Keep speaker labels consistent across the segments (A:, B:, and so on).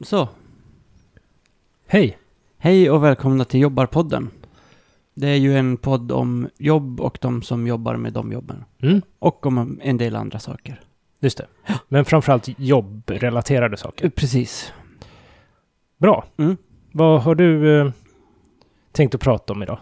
A: Så,
B: Hej!
A: hej och välkomna till Jobbarpodden. Det är ju en podd om jobb och de som jobbar med de jobben.
B: Mm,
A: Och om en del andra saker.
B: just det. Men framförallt jobbrelaterade saker.
A: Precis.
B: Bra.
A: Mm.
B: Vad har du eh, tänkt att prata om idag?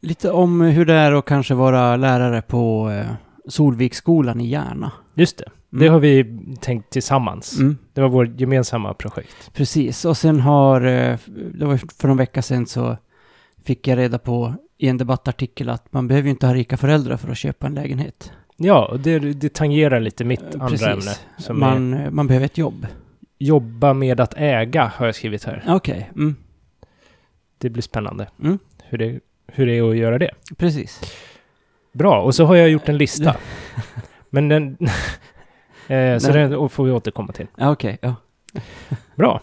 A: Lite om hur det är att kanske vara lärare på eh, Solviksskolan i Järna.
B: Just det. Det har vi tänkt tillsammans.
A: Mm.
B: Det var vårt gemensamma projekt.
A: Precis, och sen har, eh, det var för någon vecka sedan så fick jag reda på i en debattartikel att man behöver ju inte ha rika föräldrar för att köpa en lägenhet.
B: Ja, och det, det tangerar lite mitt
A: Eh,
B: andra
A: precis.
B: ämne. Som är
A: Man, eh, man behöver ett jobb.
B: jobba med att äga, har jag skrivit här.
A: Okej, mm.
B: Det blir spännande.
A: Mm.
B: Hur, det, hur det är att göra det.
A: precis.
B: Bra, och så har jag gjort en lista. Men den... eh, så
A: Den-
B: den får vi återkomma till.
A: Ja, Ah, Okej, ja.
B: Bra.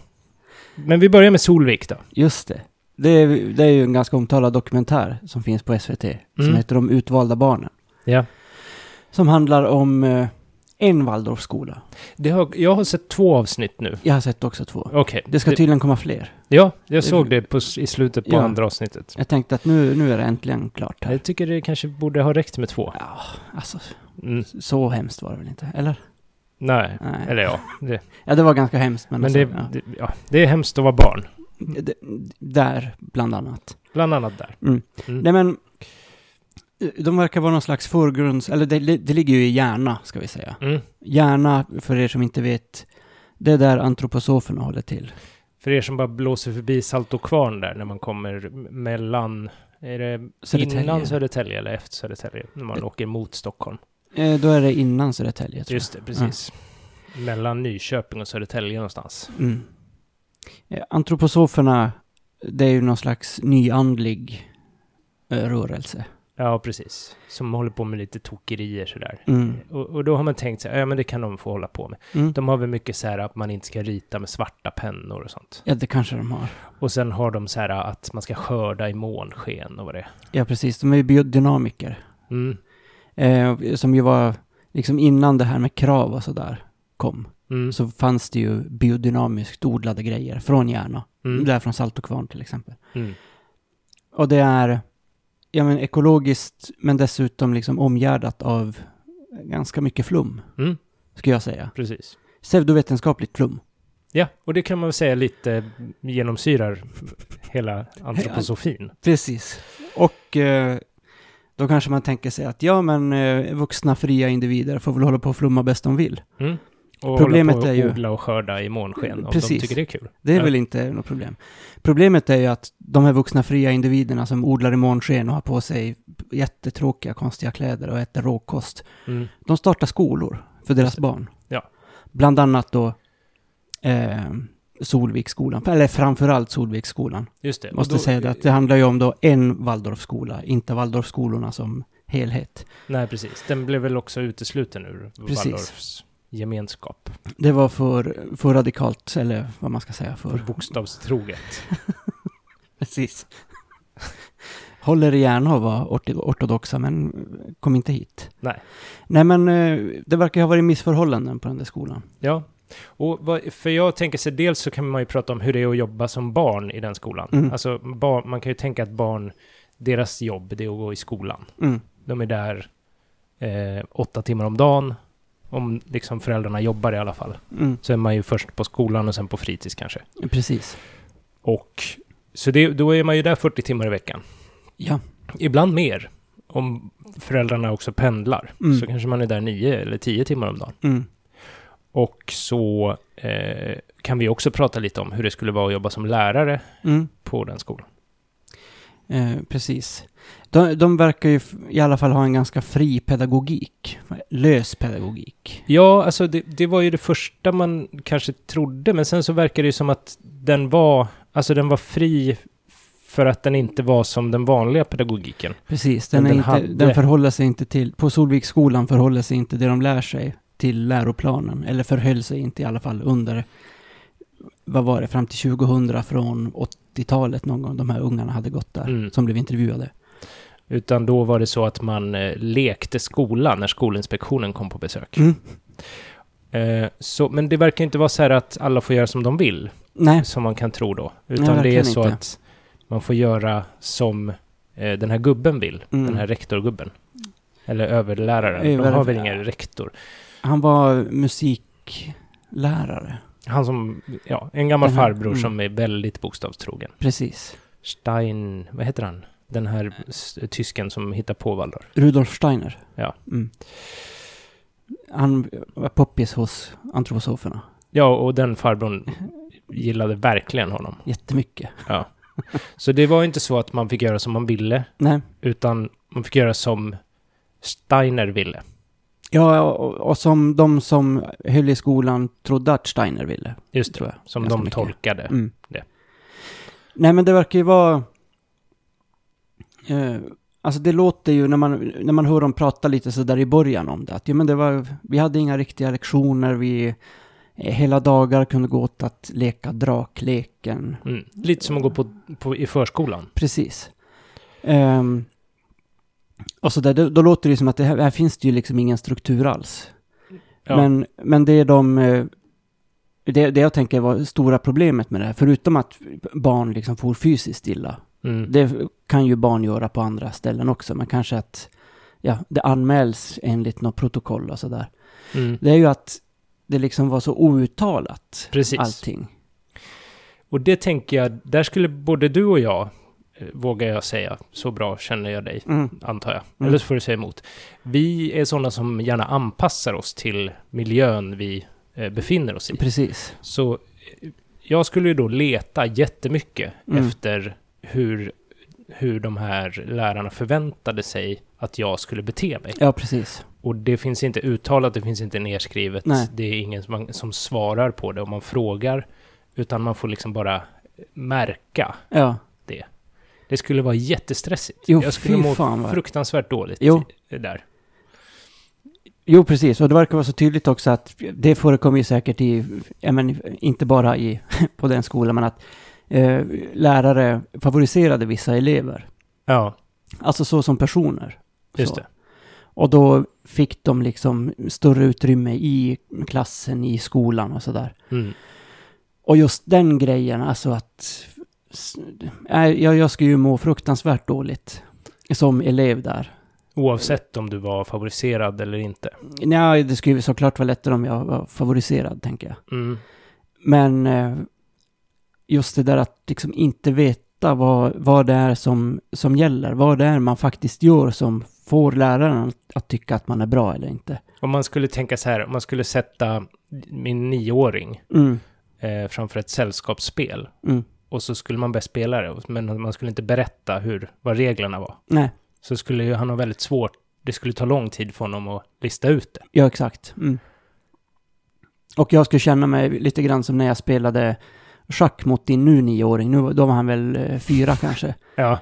B: Men vi börjar med Solvik då.
A: Just det. Det är, det är ju en ganska omtalad dokumentär som finns på SVT. Som
B: Mm.
A: heter De utvalda barnen.
B: Ja.
A: Som handlar om eh, en Waldorfskola.
B: Det har, jag har sett två avsnitt nu.
A: Jag har sett också två.
B: Okej.
A: Det ska tydligen komma fler.
B: Ja, jag såg det på, s- i slutet på
A: Ja.
B: andra avsnittet.
A: Jag tänkte att nu, nu är det äntligen klart här.
B: Jag tycker det kanske borde ha räckt med två.
A: Ja, alltså
B: Mm.
A: så hemskt var det väl inte? Eller?
B: Nej.
A: Nej.
B: Eller ja, det,
A: Ja, det var ganska hemskt. Men,
B: men
A: alltså,
B: det,
A: ja.
B: det, ja, det är hemskt att vara barn.
A: D- Där, bland annat.
B: Bland annat där. Mm.
A: Nej men, eh, de verkar vara någon slags förgrunds... Eller det, det ligger ju i Järna, ska vi säga.
B: Mm.
A: Järna, för er som inte vet, det är där antroposoferna håller till.
B: För er som bara blåser förbi Salt och Kvarn där när man kommer m- mellan... Är det
A: Södertälje.
B: innan Södertälje eller efter Södertälje? När man åker mot Stockholm.
A: Eh, då är det innan Södertälje, tror jag.
B: Just det, precis. Mellan Nyköping och Södertälje någonstans.
A: Mm. Eh, antroposoferna, det är ju någon slags nyandlig eh, rörelse.
B: Ja, precis. Som håller på med lite tokerier sådär.
A: Mm.
B: Och, och då har man tänkt sig, ja men det kan de få hålla på med.
A: Mm.
B: De har väl mycket så här att man inte ska rita med svarta pennor och sånt.
A: Ja, det kanske de har.
B: Och sen har de så här att man ska skörda i månsken och vad det är.
A: Ja, precis. De är ju biodynamiker.
B: Mm,
A: Eh, som ju var, liksom innan det här med krav och sådär kom,
B: mm,
A: så fanns det ju biodynamiskt odlade grejer från Järna.
B: mm,
A: Där från Salt och Kvarn till exempel.
B: mm,
A: Och det är ja, men ekologiskt, men dessutom liksom omgärdat av ganska mycket flum,
B: mm,
A: skulle jag säga.
B: precis.
A: Pseudovetenskapligt flum.
B: Ja, och det kan man väl säga lite genomsyrar hela antroposofin.
A: Precis. Och eh, då kanske man tänker sig att ja, men eh, vuxna fria individer får väl hålla på och flumma bäst de vill.
B: Mm. Och
A: Problemet
B: hålla på och
A: är ju-
B: odla och skörda i månsken om
A: Precis.
B: de tycker det är kul.
A: Det är
B: Ja.
A: väl inte något problem. Problemet är ju att de här vuxna fria individerna som odlar i månsken och har på sig jättetråkiga, konstiga kläder och äter råkost,
B: Mm.
A: De startar skolor för deras barn.
B: Ja.
A: Bland annat då eh, Solviksskolan, eller framförallt Solviksskolan.
B: Just det. Och
A: Måste
B: då-
A: säga det att det handlar ju om då en Waldorfskola, inte Waldorfskolorna som helhet.
B: Nej, precis. Den blev väl också utesluten ur
A: Precis.
B: Waldorfs gemenskap.
A: Det var för, för radikalt, eller vad man ska säga
B: För
A: för.
B: bokstavstroget.
A: Precis. Håller i gärna att vara orti- ortodoxa, men kom inte hit.
B: Nej.
A: Nej, men eh, det verkar ju ha varit missförhållanden på den där skolan.
B: Ja. Och vad, för jag tänker sig, dels så kan man ju prata om hur det är att jobba som barn i den skolan.
A: Mm.
B: Alltså, barn, man kan ju tänka att barn, deras jobb, det är att gå i skolan.
A: Mm.
B: De är där eh, åtta timmar om dagen, om liksom föräldrarna jobbar i alla fall.
A: Mm.
B: Så är man ju först på skolan och sen på fritids kanske.
A: Precis.
B: Och, så det, då är man ju där 40 timmar i veckan.
A: Ja.
B: Ibland mer. Om föräldrarna också pendlar
A: Mm.
B: så kanske man är där nio eller tio timmar om dagen.
A: Mm.
B: Och så eh, kan vi också prata lite om hur det skulle vara att jobba som lärare
A: Mm.
B: på den skolan.
A: Eh, precis. De, de verkar ju f- i alla fall ha en ganska fri pedagogik. Lös pedagogik.
B: Ja, alltså det, det var ju det första man kanske trodde, men sen så verkar det ju som att den var, alltså den var fri för att den inte var som den vanliga pedagogiken.
A: Precis, den,
B: Men
A: är
B: den
A: inte,
B: hade-
A: den förhåller sig inte till... På Solviksskolan förhåller sig inte det de lär sig till läroplanen. Eller förhöll sig inte i alla fall under... Vad var det? Fram till 2000 från 80-talet någon gång. De här ungarna hade gått där.
B: Mm.
A: Som blev intervjuade.
B: Utan då var det så att man eh, lekte skola när Skolinspektionen kom på besök.
A: Mm.
B: Eh, så, men det verkar inte vara så här att alla får göra som de vill.
A: Nej,
B: som man kan tro då.
A: Nej,
B: Utan det är
A: verkligen
B: så
A: inte.
B: att man får göra som eh, den här gubben vill,
A: Mm.
B: den här rektorgubben. Eller överläraren,
A: Eh,
B: de har
A: vad-
B: väl ingen rektor.
A: han var musiklärare.
B: Han som, ja, en gammal
A: Den här-
B: farbror
A: mm.
B: som är väldigt bokstavstrogen.
A: Precis.
B: Stein, vad heter han? Den här s- tysken som hittar på Waldorf.
A: Rudolf Steiner.
B: Ja.
A: Mm. Han var poppis hos antroposoferna.
B: Ja, och den farbrorn gillade verkligen honom.
A: Jättemycket.
B: Så det var inte så att man fick göra som man ville,
A: Nej.
B: utan man fick göra som Steiner ville.
A: Ja, och, och som de som höll i skolan trodde att Steiner ville.
B: Just det,
A: tror jag.
B: som
A: Ganska
B: de
A: mycket.
B: tolkade.
A: Mm.
B: det.
A: Nej, men det verkar ju vara... Eh, alltså det låter ju när man, när man hör dem prata lite så där i början om det. Att, ja, men det var, vi hade inga riktiga lektioner. Vi eh, hela dagar kunde gå åt att leka drakleken.
B: Mm. Lite som att gå på, på, i förskolan.
A: Precis. Ehm, och så där, då, då låter det ju som att det här, här finns det ju liksom ingen struktur alls.
B: Ja.
A: Men, men det är de... eh, Det, det jag tänker var stora problemet med det här, förutom att barn liksom får fysiskt illa.
B: Mm.
A: Det kan ju barn göra på andra ställen också, men kanske att ja, det anmäls enligt något protokoll och sådär.
B: Mm.
A: Det är ju att det liksom var så outtalat,
B: Precis.
A: allting.
B: Och det tänker jag, där skulle både du och jag, eh, vågar jag säga, så bra känner jag dig,
A: Mm.
B: antar jag.
A: Mm.
B: Eller så får du säga emot. Vi är sådana som gärna anpassar oss till miljön vi eh, befinner oss i.
A: Precis.
B: Så eh, jag skulle ju då leta jättemycket
A: Mm.
B: efter hur, hur de här lärarna förväntade sig att jag skulle bete mig.
A: Ja, precis.
B: Och det finns inte uttalat, det finns inte nerskrivet,
A: Nej.
B: det är ingen som, man, som svarar på det om man frågar, utan man får liksom bara märka.
A: Ja,
B: Det skulle vara jättestressigt.
A: Jo,
B: jag skulle
A: fy
B: må
A: fan, vad-
B: fruktansvärt dåligt
A: Jo.
B: där.
A: Jo, precis. Och det verkar vara så tydligt också att det förekommer ju säkert i, ja, men inte bara i, på den skolan, men att eh, lärare favoriserade vissa elever.
B: Ja,
A: Alltså så som personer.
B: just
A: så.
B: det.
A: Och då fick de liksom större utrymme i klassen, i skolan och sådär.
B: Mm.
A: Och just den grejen, alltså att... s- nej, Jag, jag skulle ju må fruktansvärt dåligt som elev där.
B: Oavsett om du var favoriserad eller inte.
A: Nej, det skulle ju såklart vara lättare om jag var favoriserad, tänker jag.
B: Mm.
A: Men eh, just det där att liksom inte veta vad, vad det är som, som gäller, vad det är man faktiskt gör som får läraren att, att tycka att man är bra eller inte.
B: Om man skulle tänka så här, om man skulle sätta min nioåring
A: Mm,
B: eh, framför ett sällskapsspel
A: mm,
B: och så skulle man börja spela det, men man skulle inte berätta hur, vad reglerna var.
A: nej,
B: så skulle ju han ha väldigt svårt, det skulle ta lång tid för honom att lista ut det.
A: ja exakt. Mm. Och jag skulle känna mig lite grann som när jag spelade schack mot din nu nioåring, nu, då var han väl eh, fyra kanske.
B: Ja,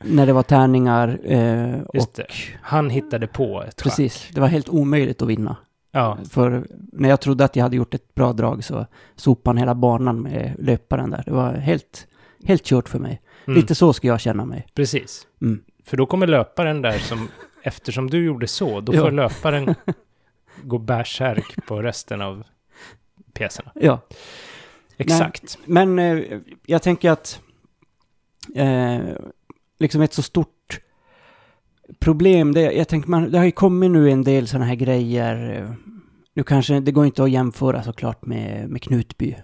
A: När det var tärningar eh, och...
B: just det. Han hittade på ett schack.
A: Precis, det var helt omöjligt att vinna.
B: Ja,
A: För när jag trodde att jag hade gjort ett bra drag så sopade han hela banan med löparen där. Det var helt, helt kört för mig.
B: mm,
A: Lite så ska jag känna mig.
B: precis.
A: Mm.
B: För då kommer löparen där som, eftersom du gjorde så, då
A: Ja.
B: får löparen gå bärsärk på resten av pjäserna.
A: Ja.
B: Exakt.
A: Men eh, jag tänker att eh, liksom ett så stort problem, det, jag tänker man, det har ju kommit nu en del sådana här grejer. eh, Nu kanske, det går inte att jämföra såklart med, med Knutby.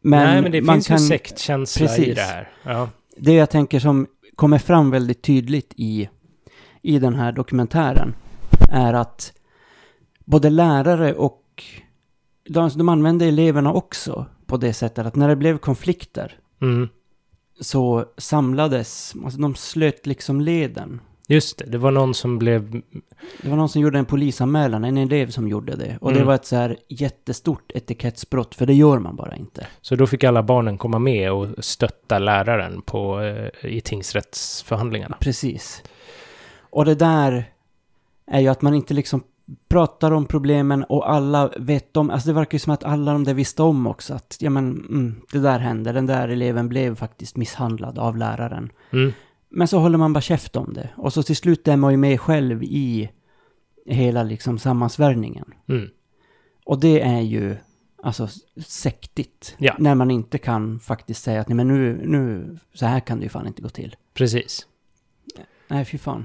A: Men,
B: Nej, men det
A: man
B: finns
A: kan,
B: ju sektkänsla i
A: Precis.
B: det här. Ja.
A: det jag tänker som kommer fram väldigt tydligt i, i den här dokumentären är att både lärare och de, de använde eleverna också på det sättet att när det blev konflikter
B: Mm.
A: så samlades, alltså de slöt liksom leden.
B: Just det, det var någon som blev...
A: Det var någon som gjorde en polisanmälan, en elev som gjorde det. Och det
B: Mm.
A: var ett så här jättestort etikettsbrott, för det gör man bara inte.
B: Så då fick alla barnen komma med och stötta läraren på, eh, i tingsrättsförhandlingarna.
A: Precis. Och det där är ju att man inte liksom pratar om problemen och alla vet om, alltså det verkar ju som att alla de där visste om också att, ja men, mm, det där hände, den där eleven blev faktiskt misshandlad av läraren.
B: Mm.
A: Men så håller man bara käft om det. Och så till slut är man ju med själv i hela liksom sammansvärjningen.
B: Mm.
A: Och det är ju alltså sektigt.
B: Ja.
A: När man inte kan faktiskt säga att nej men nu, nu, så här kan det ju fan inte gå till.
B: Precis.
A: Nej, fy fan.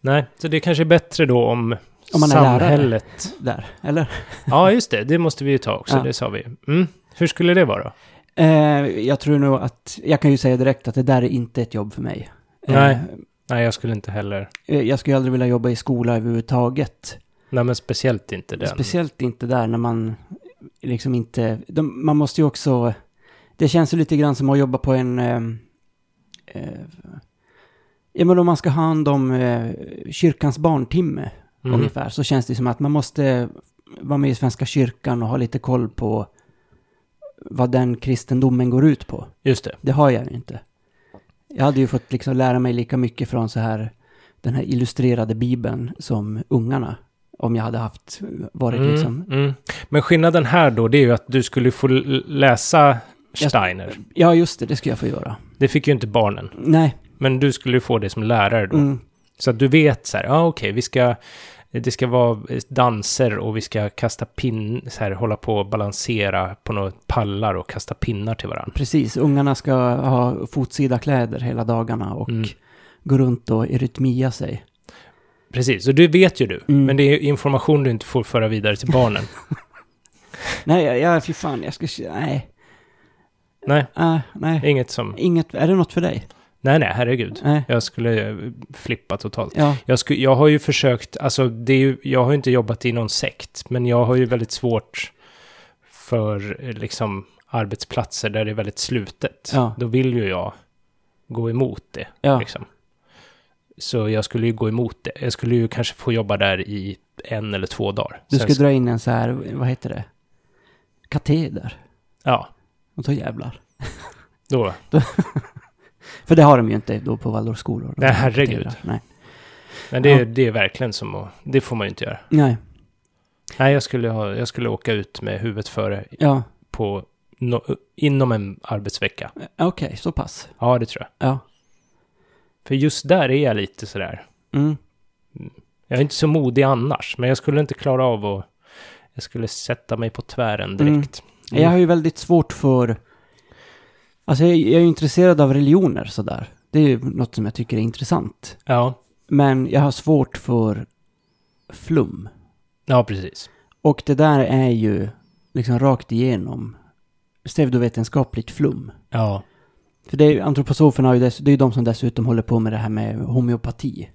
B: Nej, så det kanske är bättre då om,
A: Om man är lärare.
B: samhället...
A: Där, eller?
B: Ja, just det. Det måste vi ju ta också.
A: Ja.
B: Det sa vi. Mm. Hur skulle det vara?
A: Eh, jag tror nog att, jag kan ju säga direkt att det där är inte ett jobb för mig.
B: Nej. Nej, jag skulle inte heller...
A: Eh, jag skulle ju aldrig vilja jobba i skola överhuvudtaget.
B: Nej, men speciellt inte den.
A: Speciellt inte där när man liksom inte, de, man måste ju också, det känns ju lite grann som att jobba på en, eh, eh, ja men om man ska ha hand om eh, kyrkans barntimme
B: Mm.
A: ungefär, så känns det som att man måste vara med i Svenska kyrkan och ha lite koll på vad den kristendomen går ut på.
B: Just det.
A: Det har jag ju inte. Jag hade ju fått liksom lära mig lika mycket från så här, den här illustrerade bibeln som ungarna. Om jag hade haft, varit
B: Mm,
A: liksom
B: mm. Men skillnaden här då, det är ju att du skulle få l- läsa
A: Jag-
B: Steiner.
A: Ja, just det, det ska jag få göra.
B: Det fick ju inte barnen.
A: Nej,
B: Men du skulle ju få det som lärare då.
A: mm,
B: Så att du vet så här, ja ah, okej, vi ska... Det ska vara eh, danser och vi ska kasta pin, så här, hålla på och balansera på några pallar och kasta pinnar till varandra.
A: precis. Ungarna ska ha fotsida kläder hela dagarna och
B: Mm.
A: gå runt och erytmia sig.
B: Precis, så det vet ju du.
A: Mm.
B: Men det är information du inte får föra vidare till barnen.
A: Nej, jag, jag fy fan, jag ska... Nej,
B: nej,
A: äh, nej.
B: inget som...
A: Inget, är det något för dig?
B: Nej, nej, herregud.
A: Nej,
B: Jag skulle eh, flippa totalt.
A: ja,
B: Jag, sku, jag har ju försökt, alltså det är ju, jag har ju inte jobbat i någon sekt, men jag har ju väldigt svårt för eh, liksom arbetsplatser där det är väldigt slutet.
A: Ja.
B: Då vill ju jag gå emot det.
A: ja,
B: Liksom. Så jag skulle ju gå emot det. Jag skulle ju kanske få jobba där i en eller två dagar.
A: Du
B: Sen
A: ska
B: sk-
A: dra in en så här, vad heter det? Kateder.
B: Ja,
A: Och ta jävlar.
B: då.
A: För det har de ju inte då på Waldorfskolor.
B: Nej, herregud.
A: Katedrar. Nej,
B: Men det, är-
A: Ja.
B: det är verkligen som att, det får man ju inte göra.
A: nej,
B: Nej, jag skulle, ha, jag skulle åka ut med huvudet före
A: ja,
B: på, no, inom en arbetsvecka.
A: Eh, okej, så pass.
B: Ja, det tror jag.
A: Ja,
B: För just där är jag lite sådär.
A: mm,
B: Jag är inte så modig annars, men jag skulle inte klara av att... Jag skulle sätta mig på tvären direkt. Mm.
A: Jag har ju väldigt svårt för... Alltså jag, jag är ju intresserad av religioner sådär. Det är ju något som jag tycker är intressant.
B: Ja,
A: Men jag har svårt för flum.
B: ja precis.
A: Och det där är ju liksom rakt igenom pseudovetenskapligt flum.
B: Ja.
A: För det är, ju- antroposoferna har ju dess, det är ju de som dessutom håller på med det här med homeopati.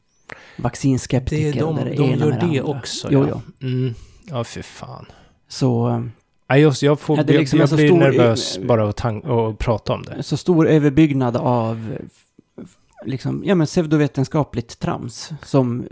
A: Vaccinskeptiker och det ena med andra.
B: också.
A: Jo,
B: ja.
A: jo.
B: Mm. ja, för fan.
A: Så, eh,
B: Ja, just, jag får,
A: Ja, det är liksom
B: jag,
A: en så
B: jag blir
A: stor-
B: nervös bara att tan- och prata om det.
A: så stor överbyggnad av eh, f- liksom, ja men pseudovetenskapligt trams som,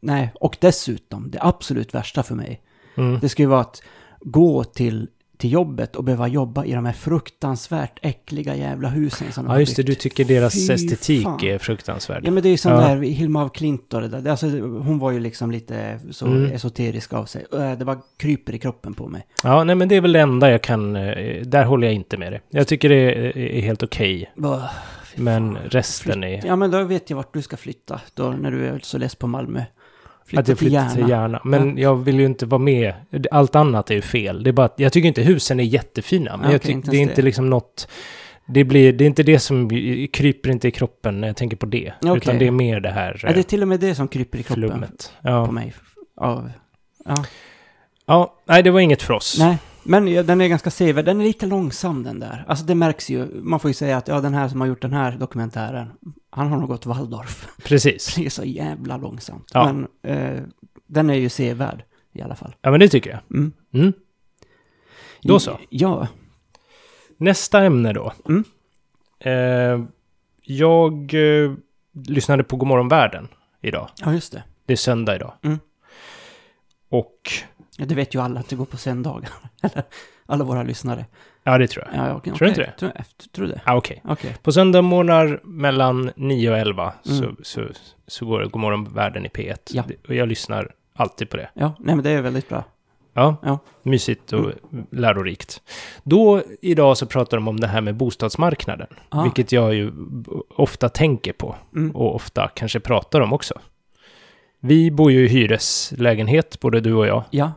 A: nej, och dessutom det absolut värsta för mig,
B: Mm.
A: det skulle ju vara att gå till, till jobbet och behöva jobba i de här fruktansvärt äckliga jävla husen som de
B: Ja,
A: har
B: just det. Du
A: byggt.
B: tycker deras
A: Fy
B: estetik
A: fan.
B: är fruktansvärd.
A: Ja men det är ju som
B: Ja.
A: där Hilma af Klint och det där. Det- Alltså, hon var ju liksom lite så
B: Mm.
A: esoterisk av sig. Äh, Det bara kryper i kroppen på mig.
B: Ja, nej, men det är väl det enda jag kan... eh, Där håller jag inte med dig. Jag tycker det är, eh, är helt okej,
A: Bara, fy
B: men
A: fan.
B: resten är...
A: Ja men då vet jag vart du ska flytta. Då när du är så less på Malmö. Flytta
B: att jag
A: till
B: flyttar
A: Järna.
B: till Järna. Men jag vill ju inte vara med. Allt annat är ju fel. Det är bara att jag tycker inte husen är jättefina.
A: Ja,
B: Men jag
A: okej,
B: tycker
A: inte
B: det är
A: ens
B: inte
A: det.
B: liksom något... Det, blir, det är inte det som kryper inte i kroppen när jag tänker på det.
A: Okej.
B: Utan det är mer det här
A: Ja, det är
B: eh,
A: till och med det som kryper i kroppen
B: flummet.
A: på
B: Ja.
A: mig. Av,
B: ja, nej det var inget för oss.
A: nej, men ja, den är ganska sevärd. Den är lite långsam den där. Alltså det märks ju. Man får ju säga att ja, den här som har gjort den här dokumentären, han har nog gått Waldorf.
B: Precis.
A: Det är så jävla långsamt.
B: Ja.
A: Men eh, den är ju sevärd i alla fall.
B: Ja, men det tycker jag.
A: Mm.
B: Mm. Då så.
A: Ja.
B: Nästa ämne då.
A: Mm.
B: Eh, jag eh, lyssnade på Godmorgon Världen idag.
A: ja, just det.
B: Det är söndag idag.
A: Mm.
B: Och...
A: Ja, det vet ju alla att det går på söndagar. Eller alla våra lyssnare.
B: Ja, det tror jag.
A: Ja, okay,
B: Tror du inte det?
A: Tror, jag- tror det.
B: Ah, okej.
A: Okej.
B: På söndagmorgnar mellan 9 och 11
A: Mm.
B: så, så, så går det Godmorgon Världen i P1.
A: Ja.
B: Det- Och jag lyssnar alltid på det.
A: Ja, nej men det är väldigt bra.
B: Ja,
A: Ja. Mm.
B: mysigt och lärorikt. Då, idag så pratar de om det här med bostadsmarknaden,
A: Ah,
B: vilket jag ju ofta tänker på
A: mm.
B: och ofta kanske pratar om också. Vi bor ju i hyreslägenhet, både du och jag,
A: Ja,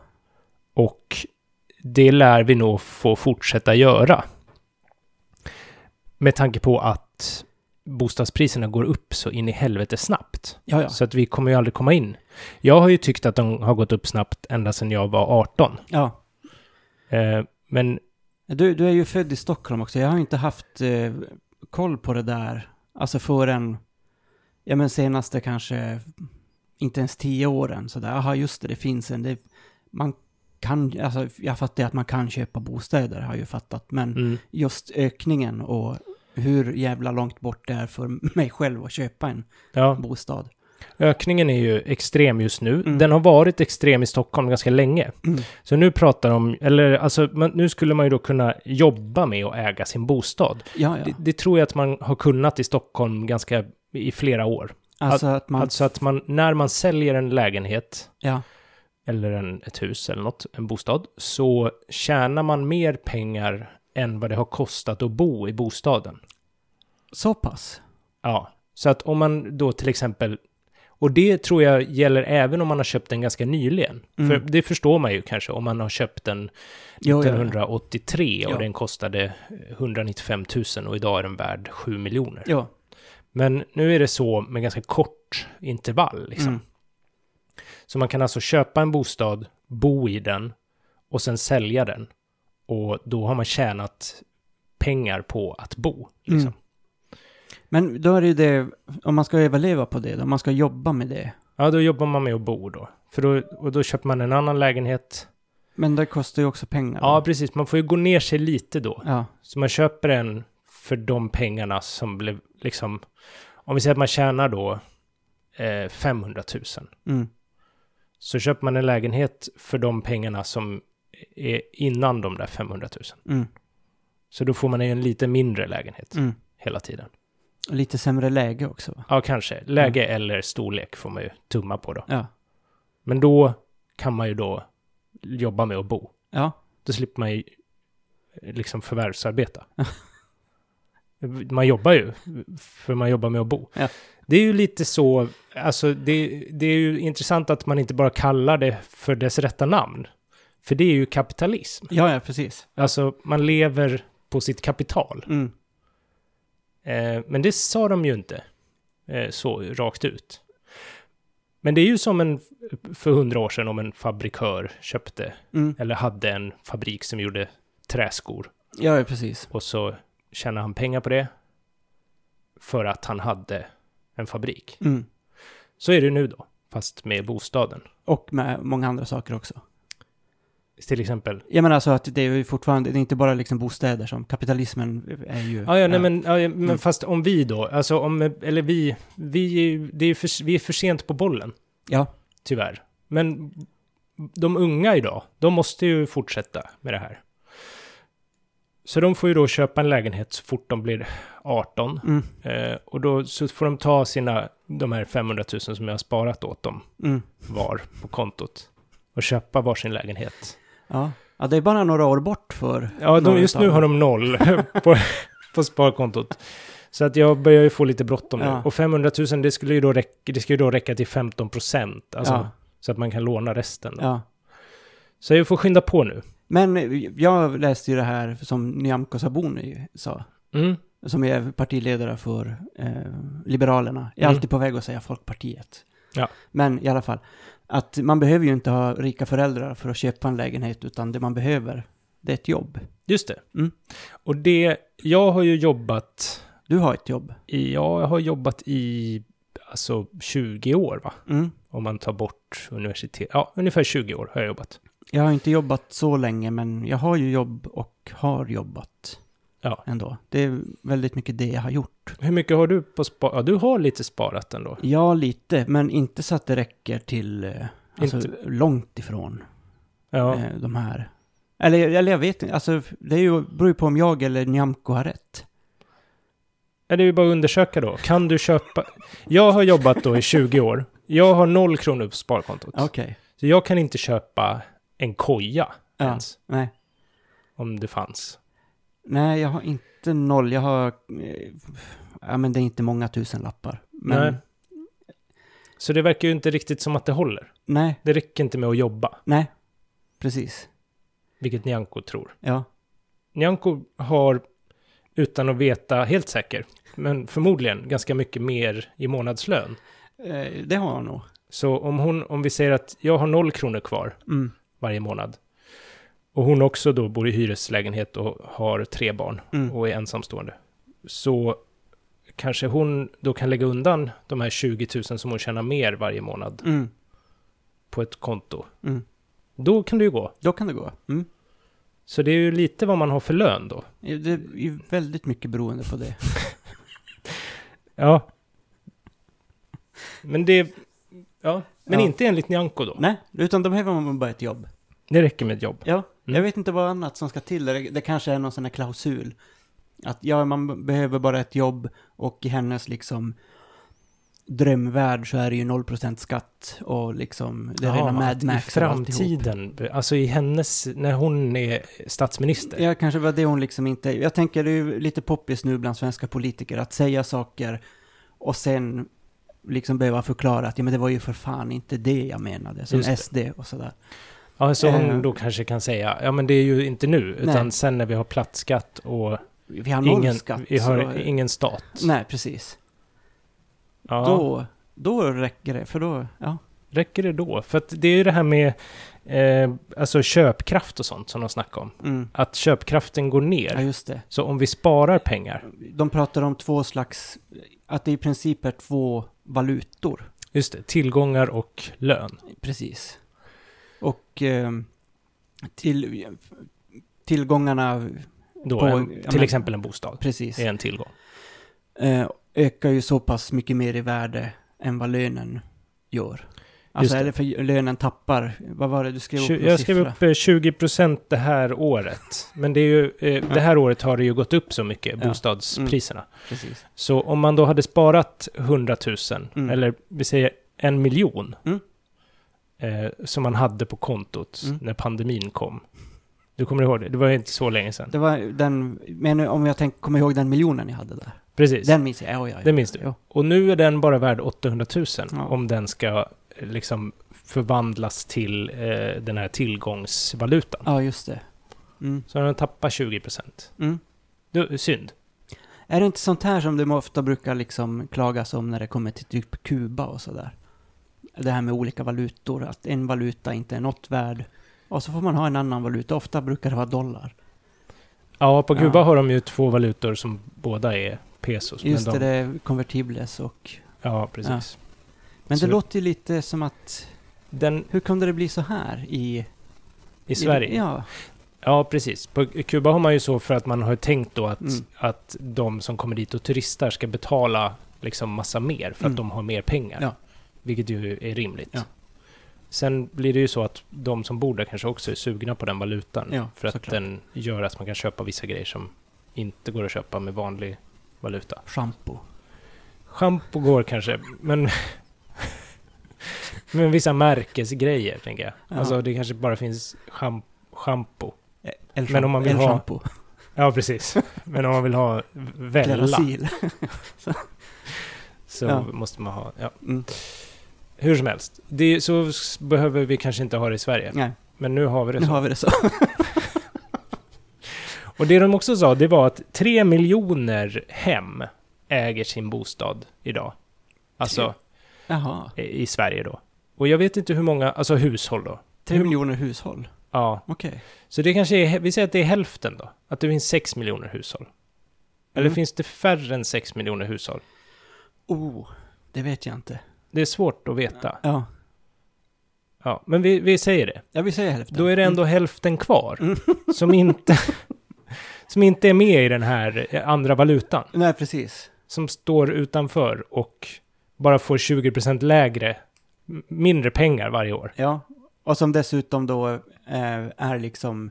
B: och det lär vi nog få fortsätta göra. Med tanke på att bostadspriserna går upp så in i helvete snabbt.
A: Ja, ja.
B: Så att vi kommer ju aldrig komma in. Jag har ju tyckt att de har gått upp snabbt ända sedan jag var 18.
A: ja.
B: Eh, men
A: Du, du är ju född i Stockholm också. Jag har inte haft eh, koll på det där. Alltså förrän, ja men senaste kanske, inte ens tio åren sådär. Jaha, just det, det finns en. Det, man kan, alltså jag fattar ju att man kan köpa bostäder, har jag ju fattat. Men
B: mm,
A: just ökningen och hur jävla långt bort det är för mig själv att köpa en
B: ja,
A: bostad.
B: ökningen är ju extrem just nu.
A: Mm.
B: Den har varit extrem i Stockholm ganska länge.
A: Mm.
B: Så nu pratar de, eller alltså, man, nu skulle man ju då kunna jobba med att äga sin bostad.
A: Ja, ja.
B: Det, det tror jag att man har kunnat i Stockholm ganska i flera år.
A: alltså att man,
B: Alltså att man, när man säljer en lägenhet
A: ja,
B: eller en, ett hus eller något, en bostad, så tjänar man mer pengar än vad det har kostat att bo i bostaden.
A: så pass.
B: Ja, så att om man då till exempel, och det tror jag gäller även om man har köpt den ganska nyligen,
A: Mm.
B: för det förstår man ju kanske om man har köpt den
A: Jo, ja, ja.
B: 1983 och
A: Ja.
B: den kostade 195 000 och idag är den värd 7 miljoner.
A: Ja,
B: Men nu är det så med ganska kort intervall liksom.
A: mm.
B: Så man kan alltså köpa en bostad, bo i den och sen sälja den. Och då har man tjänat pengar på att bo. Liksom.
A: Mm. Men då är det ju det, om man ska överleva på det, om man ska jobba med det.
B: Ja, då jobbar man med att bo då. För då, och då köper man en annan lägenhet.
A: Men det kostar ju också pengar.
B: Ja, precis. Man får ju gå ner sig lite då.
A: Ja,
B: Så man köper en för de pengarna som blev liksom... Om vi säger att man tjänar då eh, 500 000.
A: mm.
B: Så köper man en lägenhet för de pengarna som är innan de där 500 000.
A: Mm.
B: Så då får man ju en lite mindre lägenhet
A: Mm.
B: hela tiden.
A: Och lite sämre läge också. va?
B: Ja, kanske. Läge eller storlek får man ju tumma på då.
A: Ja.
B: Men då kan man ju då jobba med att bo.
A: Ja.
B: Då slipper man ju eh, liksom förvärvsarbeta. man jobbar ju, för man jobbar med att bo.
A: Ja.
B: Det är ju lite så, alltså det, det är ju intressant att man inte bara kallar det för dess rätta namn. För det är ju kapitalism.
A: Ja, ja, precis.
B: Alltså man lever på sitt kapital.
A: Mm.
B: Eh, men det sa de ju inte eh, så rakt ut. Men det är ju som en, för hundra år sedan om en fabrikör köpte,
A: Mm.
B: eller hade en fabrik som gjorde träskor.
A: Ja, ja, precis.
B: Och så tjänade han pengar på det. För att han hade en fabrik.
A: Mm.
B: Så är det nu då, fast med bostaden.
A: Och med många andra saker också.
B: Till exempel.
A: Jag menar alltså att det är ju fortfarande, det är inte bara liksom bostäder som, kapitalismen är ju...
B: Ja, ja, nej, men, ja, ja, men
A: Mm.
B: fast om vi då, alltså om, eller vi, vi är ju, det är ju för, vi är för sent på bollen.
A: Ja.
B: tyvärr. Men de unga idag, de måste ju fortsätta med det här. Så de får ju då köpa en lägenhet så fort de blir 18.
A: Mm.
B: Eh, och då så får de ta sina, de här 500 000 som jag har sparat åt dem
A: Mm.
B: var på kontot. Och köpa varsin lägenhet.
A: Ja. ja, det är bara några år bort för...
B: Ja, de,
A: några
B: just
A: utav
B: nu har
A: dem.
B: de noll på, på sparkontot. Så att jag börjar ju få lite bråttom nu.
A: Ja.
B: Och 500 000, det, skulle ju då räcka, det ska ju då räcka till 15 procent. Alltså,
A: Ja.
B: Så att man kan låna resten. Då.
A: Ja.
B: Så jag får skynda på nu.
A: Men jag läste ju det här som Nyamko Sabuni sa.
B: Mm.
A: som är partiledare för eh, Liberalerna. Jag är
B: Mm.
A: alltid på väg att säga Folkpartiet.
B: Ja.
A: Men i alla fall, att man behöver ju inte ha rika föräldrar för att köpa en lägenhet, utan det man behöver, det är ett jobb.
B: Just det.
A: Mm.
B: Och det, jag har ju jobbat
A: Du har ett jobb.
B: i, ja, jag har jobbat i alltså 20 år va?
A: Mm.
B: Om man tar bort universitet, ja ungefär 20 år har jag jobbat.
A: Jag har inte jobbat så länge, men jag har ju jobb och har jobbat
B: Ja.
A: ändå. Det är väldigt mycket det jag har gjort.
B: Hur mycket har du på spar? Ja, du har lite sparat ändå.
A: Ja, lite, men inte så att det räcker till, eh, alltså,
B: Inte-
A: långt ifrån.
B: Ja,
A: eh, de här. Eller, eller jag vet inte, alltså det är ju, beror ju på om jag eller Nyamko har rätt.
B: Ja, det är ju bara att undersöka då. Kan du köpa? Jag har jobbat då i 20 år. Jag har noll kronor på sparkontot.
A: Okej.
B: Så jag kan inte köpa en koja
A: Ja.
B: ens,
A: Nej.
B: om det fanns.
A: Nej, jag har inte noll. Jag har... eh, Ja, men det är inte många tusen lappar. Men,
B: Nej. Så det verkar ju inte riktigt som att det håller.
A: Nej,
B: Det räcker inte med att jobba.
A: nej. Precis.
B: vilket Nyamko tror.
A: Ja.
B: Nyamko har, utan att veta helt säker, men förmodligen ganska mycket mer i månadslön.
A: Eh, Det har hon nog.
B: Så om, hon, om vi säger att jag har noll kronor kvar
A: Mm.
B: varje månad, och hon också då bor i hyreslägenhet och har tre barn
A: Mm.
B: och är ensamstående, så kanske hon då kan lägga undan de här 20 000 som hon tjänar mer varje månad
A: Mm.
B: på ett konto.
A: Mm.
B: Då kan det ju gå.
A: Då kan det gå. Mm.
B: Så det är ju lite vad man har för lön då.
A: Det är ju väldigt mycket beroende på det.
B: Ja. Men det... Ja, men
A: Ja.
B: inte enligt Nyanko då.
A: Nej, utan de här var man bara ett jobb.
B: Det räcker med ett jobb.
A: Ja,
B: Mm.
A: jag vet inte vad annat som ska till. Det, det kanske är någon sån här klausul. Att ja, man b- behöver bara ett jobb och i hennes liksom drömvärld så är det ju 0% skatt och liksom det är rena Mad
B: I
A: Max och alltihop.
B: framtiden, alltså i hennes, när hon är statsminister.
A: Ja, kanske var det hon liksom inte... Jag tänker det är ju lite poppis nu bland svenska politiker att säga saker och sen liksom behöva förklara att ja, men det var ju för fan inte det jag menade, som
B: Just det.
A: SD och sådär.
B: Ja, så
A: Eh.
B: hon då kanske kan säga, ja men det är ju inte nu, utan
A: Nej.
B: sen när vi har platsskatt och
A: Vi har noll
B: ingen,
A: skatt.
B: vi har
A: så-
B: ingen stat.
A: Nej, precis.
B: Ja,
A: Då, då räcker det, för då, ja.
B: Räcker det då? För att det är ju det här med eh, alltså köpkraft och sånt som de snackar om.
A: Mm.
B: Att köpkraften går
A: Ja,
B: ner.
A: just det.
B: Så om vi sparar pengar,
A: De pratar om två slags, att det i princip är två valutor.
B: just det, tillgångar och lön.
A: Precis. Och ehm, till, tillgångarna,
B: Då
A: På-
B: en,
A: ja,
B: till
A: men-
B: exempel en bostad
A: precis,
B: är en tillgång.
A: eh, ökar ju så pass mycket mer i värde än vad lönen gör.
B: Just
A: Alltså,
B: det.
A: eller för lönen tappar, vad var det du skrev upp
B: Tju-
A: för
B: jag skrev
A: siffra?
B: upp eh, 20 procent det här året. Men det, är ju, eh, det här året har det ju gått upp så mycket,
A: Ja.
B: bostadspriserna.
A: Precis.
B: Så om man då hade sparat 100 000,
A: Mm.
B: eller vi säger en miljon,
A: Mm.
B: eh, som man hade på kontot
A: Mm.
B: när pandemin kom. Du kommer ihåg det? Det var ju inte så länge sedan.
A: Det var den, men om jag tänk, kommer ihåg den miljonen jag hade där.
B: Precis,
A: Den minns jag, ja, ja, ja.
B: det minns du.
A: Ja.
B: Och nu är den bara värd 800 000
A: Ja.
B: om den ska eh, liksom förvandlas till eh, den här tillgångsvalutan.
A: Ja, just det. Mm.
B: Så den tappar 20 procent.
A: Mm.
B: Du, synd.
A: Är det inte sånt här som det ofta brukar liksom klagas om när det kommer till typ Kuba och sådär? Det här med olika valutor, att en valuta inte är något värd. Och så får man ha en annan valuta, ofta brukar det vara dollar.
B: Ja, på
A: Ja.
B: Kuba har de ju två valutor som båda är pesos.
A: Just
B: men
A: det,
B: de,
A: det är convertibles och...
B: Ja, precis.
A: Men
B: Så-
A: det låter ju lite som att,
B: Den
A: hur kunde det bli så här i...
B: i Sverige. ja.
A: Ja,
B: precis. På Kuba har man ju så för att man har tänkt då att,
A: Mm.
B: att de som kommer dit och turistar ska betala liksom massa mer för att
A: Mm.
B: de har mer pengar.
A: Ja.
B: Vilket ju är rimligt.
A: Ja.
B: Sen blir det ju så att de som bor där kanske också är sugna på den valutan.
A: Ja,
B: för att
A: såklart.
B: den gör att man kan köpa vissa grejer som inte går att köpa med vanlig valuta.
A: shampoo.
B: Schampo går kanske, men... men vissa märkesgrejer, tänker jag.
A: Ja.
B: Alltså, det kanske bara finns champ- schampo.
A: El,
B: Men om man vill
A: el
B: ha
A: shampoo.
B: Ja, precis. men om man vill ha Vella
A: Clarasil.
B: så
A: Ja.
B: måste man ha... Ja.
A: Mm.
B: Hur som helst, det, är- så s- behöver vi kanske inte ha det i Sverige.
A: Nej,
B: Men nu har vi det
A: nu
B: så.
A: har vi det så.
B: Och det de också sa, det var att tre miljoner hem äger sin bostad idag. Alltså,
A: Jaha.
B: i i Sverige då. Och jag vet inte hur många, alltså hushåll då.
A: Tre
B: Hur-
A: miljoner hushåll.
B: Ja,
A: Okej.
B: Så det kanske är, vi säger att det är hälften då, att det finns 6 miljoner hushåll. Eller
A: Mm.
B: finns det färre än 6 miljoner hushåll?
A: Oh, det vet jag inte.
B: Det är svårt att veta.
A: Ja,
B: Ja, men vi, vi säger det.
A: jag vill säga hälften.
B: Då är det ändå hälften kvar
A: Mm.
B: som, inte, som inte är med i den här eh, andra valutan.
A: Mm. Nej, precis.
B: Som står utanför och bara får 20% lägre, m- mindre pengar varje år.
A: Ja, och som dessutom då eh, är liksom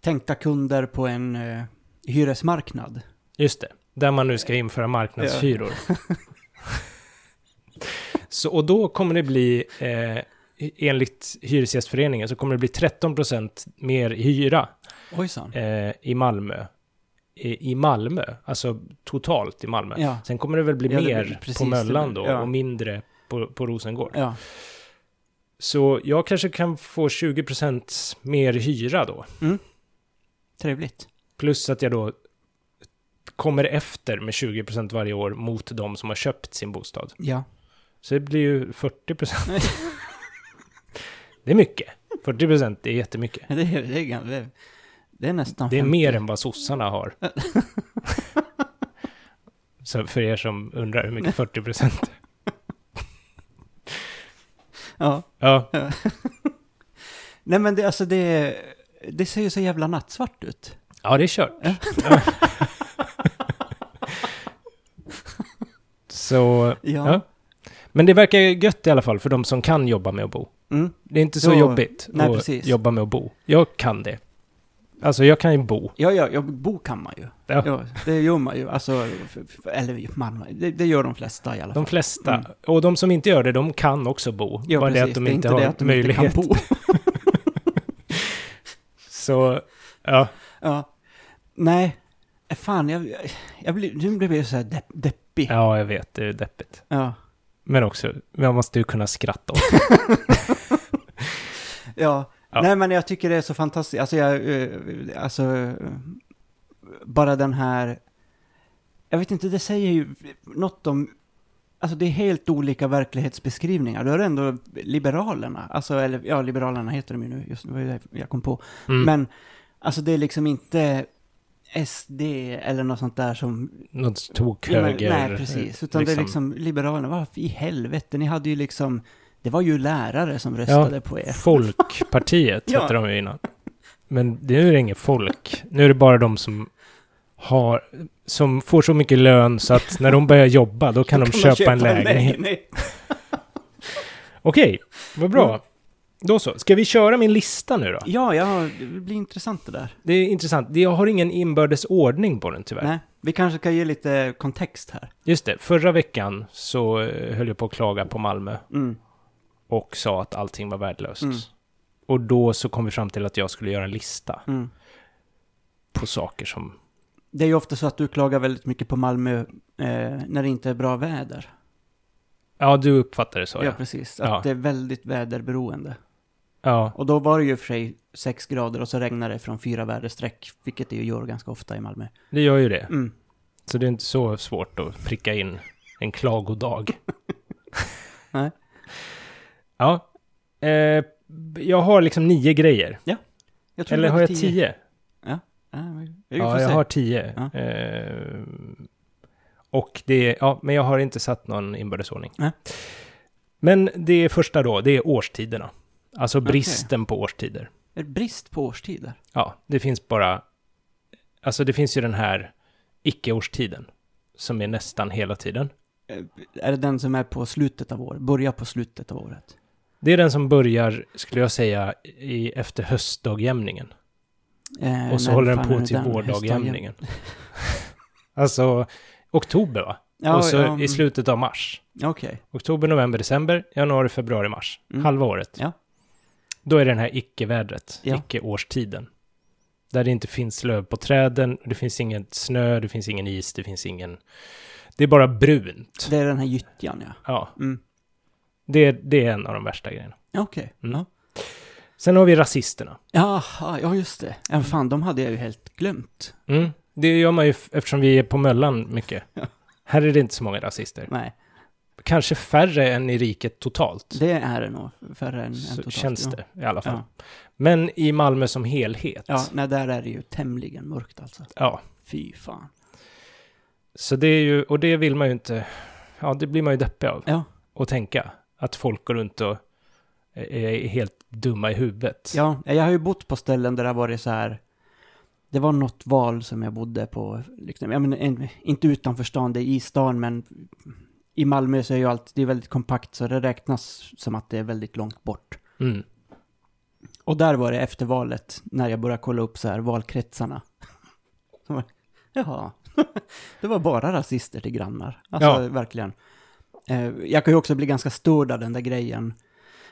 A: tänkta kunder på en eh, hyresmarknad.
B: Just det, där man nu ska införa marknadshyror. så, och då kommer det bli, eh, enligt Hyresgästföreningen, så kommer det bli 13% mer i hyra
A: Ojsan.
B: eh, i Malmö. I, I Malmö, alltså totalt i Malmö.
A: Ja,
B: Sen kommer det väl bli
A: Ja, det blir
B: mer
A: precis
B: på
A: det
B: Möllan
A: blir-
B: då
A: ja.
B: och mindre på, på Rosengård.
A: ja.
B: Så jag kanske kan få 20% mer hyra då.
A: Trevligt.
B: Plus att jag då kommer efter med 20% varje år mot de som har köpt sin bostad.
A: Ja.
B: Så det blir ju 40%. det är mycket. 40% är jättemycket.
A: Det är, det är, gan- det är, det är nästan...
B: Det är
A: 50.
B: mer än vad sossarna har. Så för er som undrar hur mycket 40% är.
A: Ja.
B: Ja,
A: Nej men det, alltså det... Det ser ju så jävla nattsvart ut.
B: ja det är kört. Så,
A: Ja.
B: ja. Men det verkar ju gött i alla fall för de som kan jobba med att bo.
A: Mm.
B: Det är inte så
A: Ja,
B: jobbigt
A: nej,
B: att
A: precis.
B: jobba med att bo. Jag kan det. Alltså, jag kan ju bo.
A: Ja, ja, ja, bo kan man ju.
B: Ja.
A: Ja, det gör man ju. Alltså, f- f- eller man, det, det gör de flesta i alla fall.
B: De flesta.
A: Mm.
B: Och de som inte gör det, de kan också bo.
A: ja,
B: Bara det
A: precis.
B: att de
A: är
B: inte har möjlighet.
A: kan bo.
B: Så, ja.
A: Ja. Nej, Eh, fan, jag, jag blir, nu blir jag så här depp, deppig. Ja.
B: ja, jag vet, det är deppigt.
A: Ja.
B: Men också, man måste ju kunna skratta åt Ja.
A: Nej, men jag tycker det är så fantastiskt. Alltså, jag, eh, alltså, eh, bara den här... Jag vet inte, det säger ju något om... Alltså det är helt olika verklighetsbeskrivningar. Då är det ändå Liberalerna, alltså, eller ja, Liberalerna heter de ju nu, just nu var det jag kom på.
B: mm,
A: Men alltså det är liksom inte SD eller något sånt där som...
B: något tokhöger.
A: nej, precis. Utan det är liksom Liberalerna. Vad i helvete, ni hade ju liksom... Det var ju lärare som röstade på er.
B: Folkpartiet
A: Ja.
B: hette de ju innan. Men nu är det inget folk. Nu är det bara de som har, som får så mycket lön så att när de börjar jobba då kan de
A: Kan man
B: köpa, en lägenhet. Okej, vad bra.
A: Mm.
B: Då så. Ska vi köra min lista nu då?
A: Ja, ja, det blir intressant det där.
B: Det är intressant. Det- Jag har ingen inbördes ordning på den tyvärr.
A: Nej, vi kanske kan ge lite kontext här.
B: Just det, förra veckan så eh, höll jag på att klaga på Malmö
A: Mm.
B: och sa att allting var värdelöst.
A: Mm.
B: Och då så kom vi fram till att jag skulle göra en lista
A: Mm.
B: på saker som...
A: Det är ju ofta så att du klagar väldigt mycket på Malmö eh, när det inte är bra väder.
B: Ja, du uppfattade det så
A: ja,
B: ja.
A: precis. Att
B: Ja.
A: det är väldigt väderberoende.
B: Ja,
A: Och då var det ju för sig 6 grader och så regnade det från fyra väderstreck, vilket det ju gör ganska ofta i Malmö.
B: det gör ju det.
A: Mm.
B: Så det är inte så svårt att pricka in en klagodag.
A: Nej.
B: Ja. Eh, jag har liksom nio grejer.
A: Jag tror
B: Eller
A: det var
B: har jag tio?
A: Ja, men vi får
B: Ja, jag
A: se.
B: har tio.
A: Ja.
B: Eh, och det, ja, men jag har inte satt någon inbördesordning.
A: Nej.
B: Men det första då, det är årstiderna. Alltså bristen på årstider.
A: Är det brist på årstider.
B: Ja, det finns bara, alltså det finns ju den här icke-årstiden som är nästan hela tiden.
A: Eh, Är det den som är på slutet av året? Börjar på slutet av året?
B: Det är den som börjar, skulle jag säga, i, efter höstdagjämningen.
A: Eh,
B: Och så
A: när
B: håller den
A: fan är
B: på
A: det
B: till
A: Höstdagen.
B: vårdagjämningen. alltså, oktober va?
A: Ja,
B: och så
A: ja,
B: i slutet av mars.
A: mm, Okej.
B: Oktober, november, december, januari, februari, mars.
A: Mm.
B: Halva året.
A: Ja.
B: Då är det den här icke-vädret,
A: Ja.
B: icke-årstiden. Där det inte finns löv på träden, det finns ingen snö, det finns ingen is, det finns ingen... Det är bara brunt.
A: Det är den här gyttjan, ja.
B: Ja,
A: Mm.
B: det, är- det är en av de värsta grejerna.
A: Okej.
B: Mm.
A: Ja.
B: Sen har vi rasisterna.
A: Jaha, ja just det. Ja, fan, de hade jag ju helt glömt.
B: Mm. Det gör man ju f- eftersom vi är på Möllan mycket.
A: Ja.
B: Här är det inte så många rasister.
A: Nej,
B: Kanske färre än i riket totalt.
A: det är det nog. Färre än, än
B: så
A: totalt.
B: känns
A: ja.
B: det i alla fall.
A: Ja.
B: Men i Malmö som helhet.
A: Ja, nej, där är det ju tämligen mörkt alltså.
B: ja.
A: Fy fan.
B: Så det är ju, och det vill man ju inte, ja det blir man ju deppig av
A: Ja.
B: att tänka. Att folk går runt och är helt dumma i huvudet.
A: Ja, jag har ju bott på ställen där det har varit så här. Det var något val som jag bodde på, liksom, jag menar, en, inte utanför stan, det är i stan, men i Malmö så är ju allt, det är väldigt kompakt, så det räknas som att det är väldigt långt bort.
B: Mm.
A: Och där var det efter valet, när jag började kolla upp så här valkretsarna. Så var- Jaha, det var bara rasister till grannar. Alltså
B: Ja.
A: verkligen. Eh, jag kan ju också bli ganska störd av den där grejen.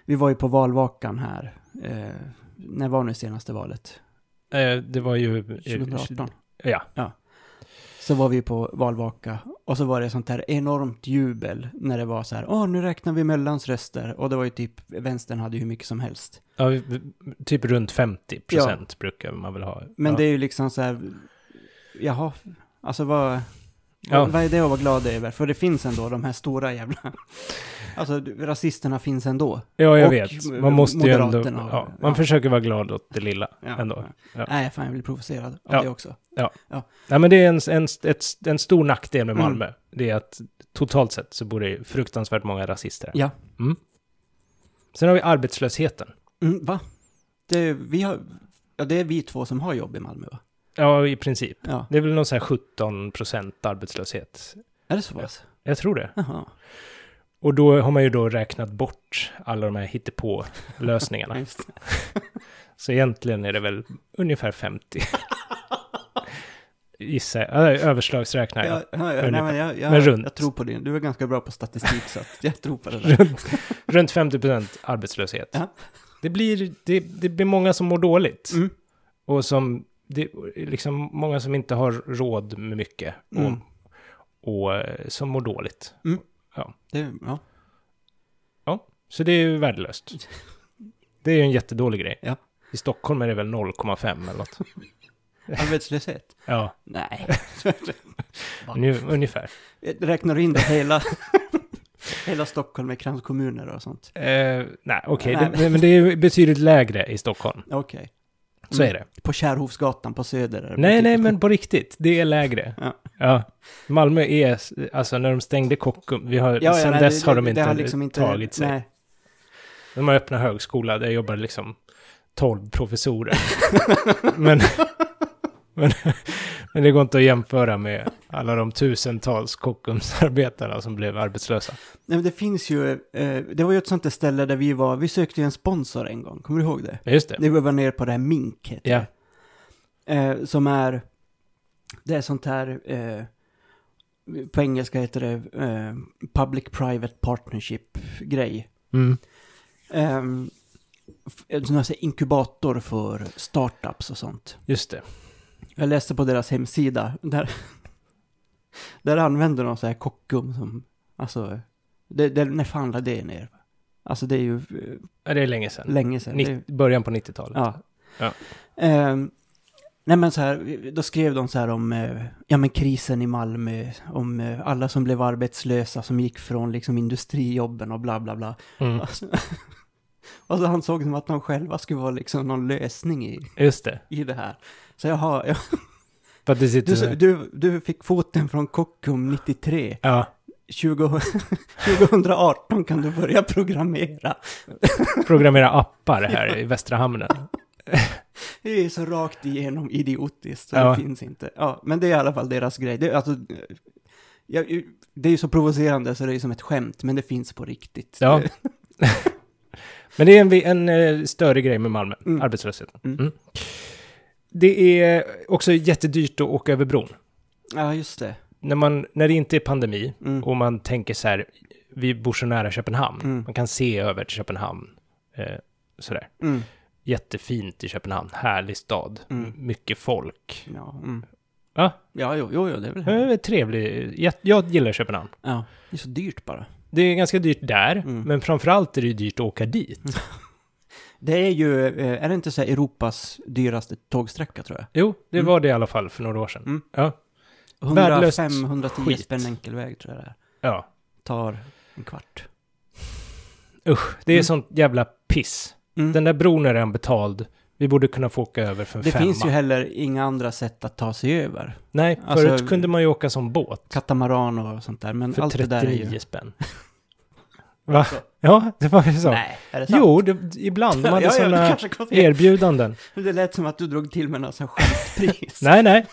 A: Vi var ju på valvakan här, eh, när var nu senaste valet?
B: Eh, det var ju... eh,
A: 2018.
B: Ja.
A: Ja. så var vi på valvaka och så var det sånt här enormt jubel när det var så här, åh nu räknar vi Möllans röster och det var ju typ, vänstern hade ju hur mycket som helst.
B: Ja, vi- vi- typ runt 50 procent brukar man väl ha.
A: Men
B: ja.
A: det är ju liksom så här, jaha, alltså vad,
B: Ja.
A: vad är det att vara glad över? För det finns ändå de här stora jävla, alltså rasisterna finns ändå.
B: ja, jag
A: och
B: vet. Man måste ju ändå...
A: Moderaterna.
B: Ja, man
A: Ja.
B: försöker vara glad åt det lilla
A: Ja.
B: ändå. Ja.
A: Nej, fan jag blir provocerad av
B: Ja.
A: det också.
B: Nej, men det är en, en, ett, en stor nackdel med
A: Mm.
B: Malmö. Det är att totalt sett så bor det ju fruktansvärt många rasister. här.
A: Ja.
B: Mm. Sen har vi arbetslösheten.
A: Mm, va? Det, är- vi har, ja, det är vi två som har jobb i Malmö va?
B: Ja, i princip.
A: Ja,
B: Det är väl någon så här 17 procent arbetslöshet.
A: är det så pass?
B: Jag tror det.
A: Jaha,
B: Och då har man ju då räknat bort alla de här hittepå-lösningarna.
A: just det.
B: Så egentligen är det väl ungefär 50. Gissar jag. Ja, Överslagsräknar jag.
A: Ja, ja, ja, nej, men jag, jag,
B: Men runt.
A: jag tror på din. Du är ganska bra på statistik så att jag tror på det där.
B: Runt, runt 50 procent arbetslöshet.
A: Ja.
B: Det, blir, det, det blir många som mår dåligt.
A: Mm.
B: Och som, det är liksom många som inte har råd med mycket.
A: Mm.
B: Och, och eh, som mår dåligt.
A: Det, ja.
B: Så det är ju värdelöst. Det är ju en jättedålig grej.
A: Ja.
B: I Stockholm är det väl 0,5 eller något.
A: Arbetslöshet?
B: Ja,
A: Nej.
B: nu, ungefär.
A: Räknar du in då hela, hela Stockholm med kranskommuner och sånt?
B: Eh, nej, okej,
A: Nej,
B: det- men det är ju betydligt lägre i Stockholm.
A: Okej.
B: Så
A: Mm.
B: är det.
A: På Kärhovsgatan på Söder? är det
B: Nej,
A: betydligt-
B: nej, men på riktigt, det är lägre.
A: Ja.
B: Malmö är, s- alltså när de stängde Kockum, vi har,
A: Ja, ja,
B: sen
A: nej,
B: dess
A: det-
B: har de
A: det- det
B: inte, tagit sig.
A: Nej.
B: De har öppnat högskola, där jobbar liksom 12 professorer. men, men, men det går inte att jämföra med alla de tusentals Kockumsarbetarna som blev arbetslösa.
A: nej, men det finns ju, eh, det var ju ett sånt där ställe där vi var, vi sökte ju en sponsor en gång, kommer du ihåg det?
B: Ja, just det.
A: Det var ner på det här Mink, heter
B: Ja,
A: eh, som är, det är sånt här, eh, på engelska heter det eh, Public Private Partnership-grej.
B: mm.
A: Eh, en sån eh, här inkubator för startups och sånt.
B: just det.
A: Jag läste på deras hemsida, där, där använder de så här Kockum som, alltså, det, det, när fan la det ner? Alltså det är ju eh,
B: Ja, det är länge sedan.
A: länge sedan. Det är-
B: Nitt- början på 90-talet.
A: Ja.
B: Ja.
A: Ehm, nej men så här, då skrev de så här om eh, ja, men krisen i Malmö, om eh, alla som blev arbetslösa som gick från liksom, industrijobben och bla bla bla.
B: Mm.
A: Alltså, och så han såg som att de själva skulle vara liksom någon lösning i,
B: Just det.
A: i det här. Så jaha, ja,
B: För att det
A: du,
B: sitter...
A: du, du fick foten från Kockum 93.
B: Ja,
A: 20, 2018 kan du börja programmera.
B: programmera appar här i Västra Hamnen.
A: Det är så rakt igenom idiotiskt så
B: Ja.
A: det finns inte. Ja, men det är i alla fall deras grej. Det, är alltså, eh, jag, det är ju så provocerande så det är som ett skämt, men det finns på riktigt.
B: Ja.
A: Det-
B: Men det är en, en eh, större grej med Malmö,
A: Mm.
B: arbetslösheten.
A: Mm.
B: Mm. Det är också jättedyrt att åka över bron.
A: ja just det.
B: När, man, när det inte är pandemi
A: Mm.
B: och man tänker så här, vi bor så nära Köpenhamn,
A: Mm.
B: man kan se över till Köpenhamn, eh, sådär.
A: Mm.
B: Jättefint i Köpenhamn, härlig stad,
A: Mm.
B: M- mycket folk.
A: Ja, mm.
B: Ja.
A: ja jo, jo, jo, det är väl
B: Eh, trevlig, Jätte- jag gillar Köpenhamn.
A: Ja, det är så dyrt bara.
B: Det är ganska dyrt där,
A: Mm.
B: men framförallt är det ju dyrt att åka dit.
A: Det är ju, eh, är det inte så här Europas dyraste tågsträcka tror jag?
B: Jo, det
A: Mm.
B: var det i alla fall för några år sedan.
A: Mm.
B: Ja,
A: 105,
B: Värdelöst
A: 110
B: skit.
A: spänn enkel väg tror jag det är.
B: ja.
A: Tar en kvart.
B: Det är
A: Mm.
B: sånt jävla piss.
A: Mm.
B: Den där bron är redan betald. Vi borde kunna få åka över för en
A: det
B: femma.
A: finns ju heller inga andra sätt att ta sig över.
B: Nej,
A: Alltså-
B: förut kunde man ju åka som båt
A: Katamaran och sånt där, men
B: för
A: allt det där är
B: 39
A: ju... Alltså-
B: spänn. Va? Ja, det var ju så.
A: Nej, är det sant?
B: jo, det, ibland. De hade
A: ja, ja, det,
B: sådana
A: kanske kostar-
B: erbjudanden.
A: det lät som att du drog till med något sånt skitpris.
B: Nej, nej.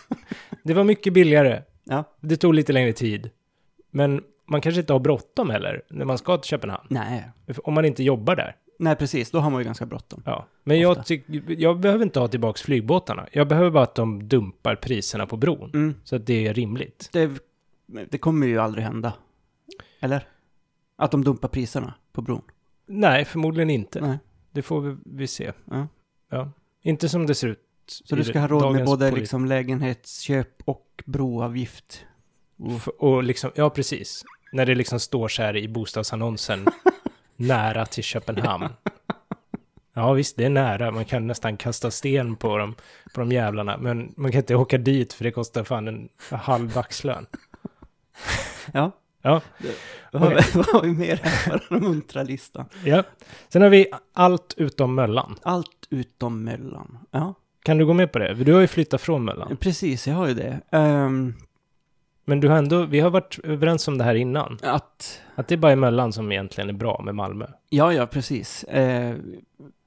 B: Det var mycket billigare.
A: Ja.
B: Det tog lite längre tid. Men man kanske inte har bråttom heller, när man ska till Köpenhamn.
A: Nej.
B: Om man inte jobbar där.
A: Nej, precis. Då har man ju ganska bråttom.
B: Ja, men jag, tyck, jag behöver inte ha tillbaka flygbåtarna. Jag behöver bara att de dumpar priserna på bron.
A: Mm.
B: Så att det är rimligt.
A: Det, det kommer ju aldrig hända. Eller? Att de dumpar priserna på bron.
B: Nej, förmodligen inte.
A: Nej.
B: Det får vi, vi se.
A: Ja.
B: Ja. Inte som det ser ut.
A: Så
B: i
A: du ska ha råd med
B: dagens
A: både
B: polit-
A: liksom lägenhetsköp och broavgift. Och,
B: F- Och liksom, ja precis. När det liksom står så här i bostadsannonsen, nära till Köpenhamn. Ja visst, det är nära, man kan nästan kasta sten på dem, på de jävlarna. Men man kan inte åka dit för det kostar fan en halv dagslön.
A: ja.
B: Ja.
A: Vad har vi- vad har vi mer här på den muntra listan?
B: Ja. Sen har vi allt utom Möllan.
A: Allt utom Möllan. Ja,
B: Kan du gå med på det? Du har ju flyttat från Möllan.
A: precis, jag har ju det. Ehm,
B: Men du har ändå, vi har varit överens om det här innan.
A: att,
B: Att det är bara är Möllan som egentligen är bra med Malmö.
A: ja, ja, precis. Eh,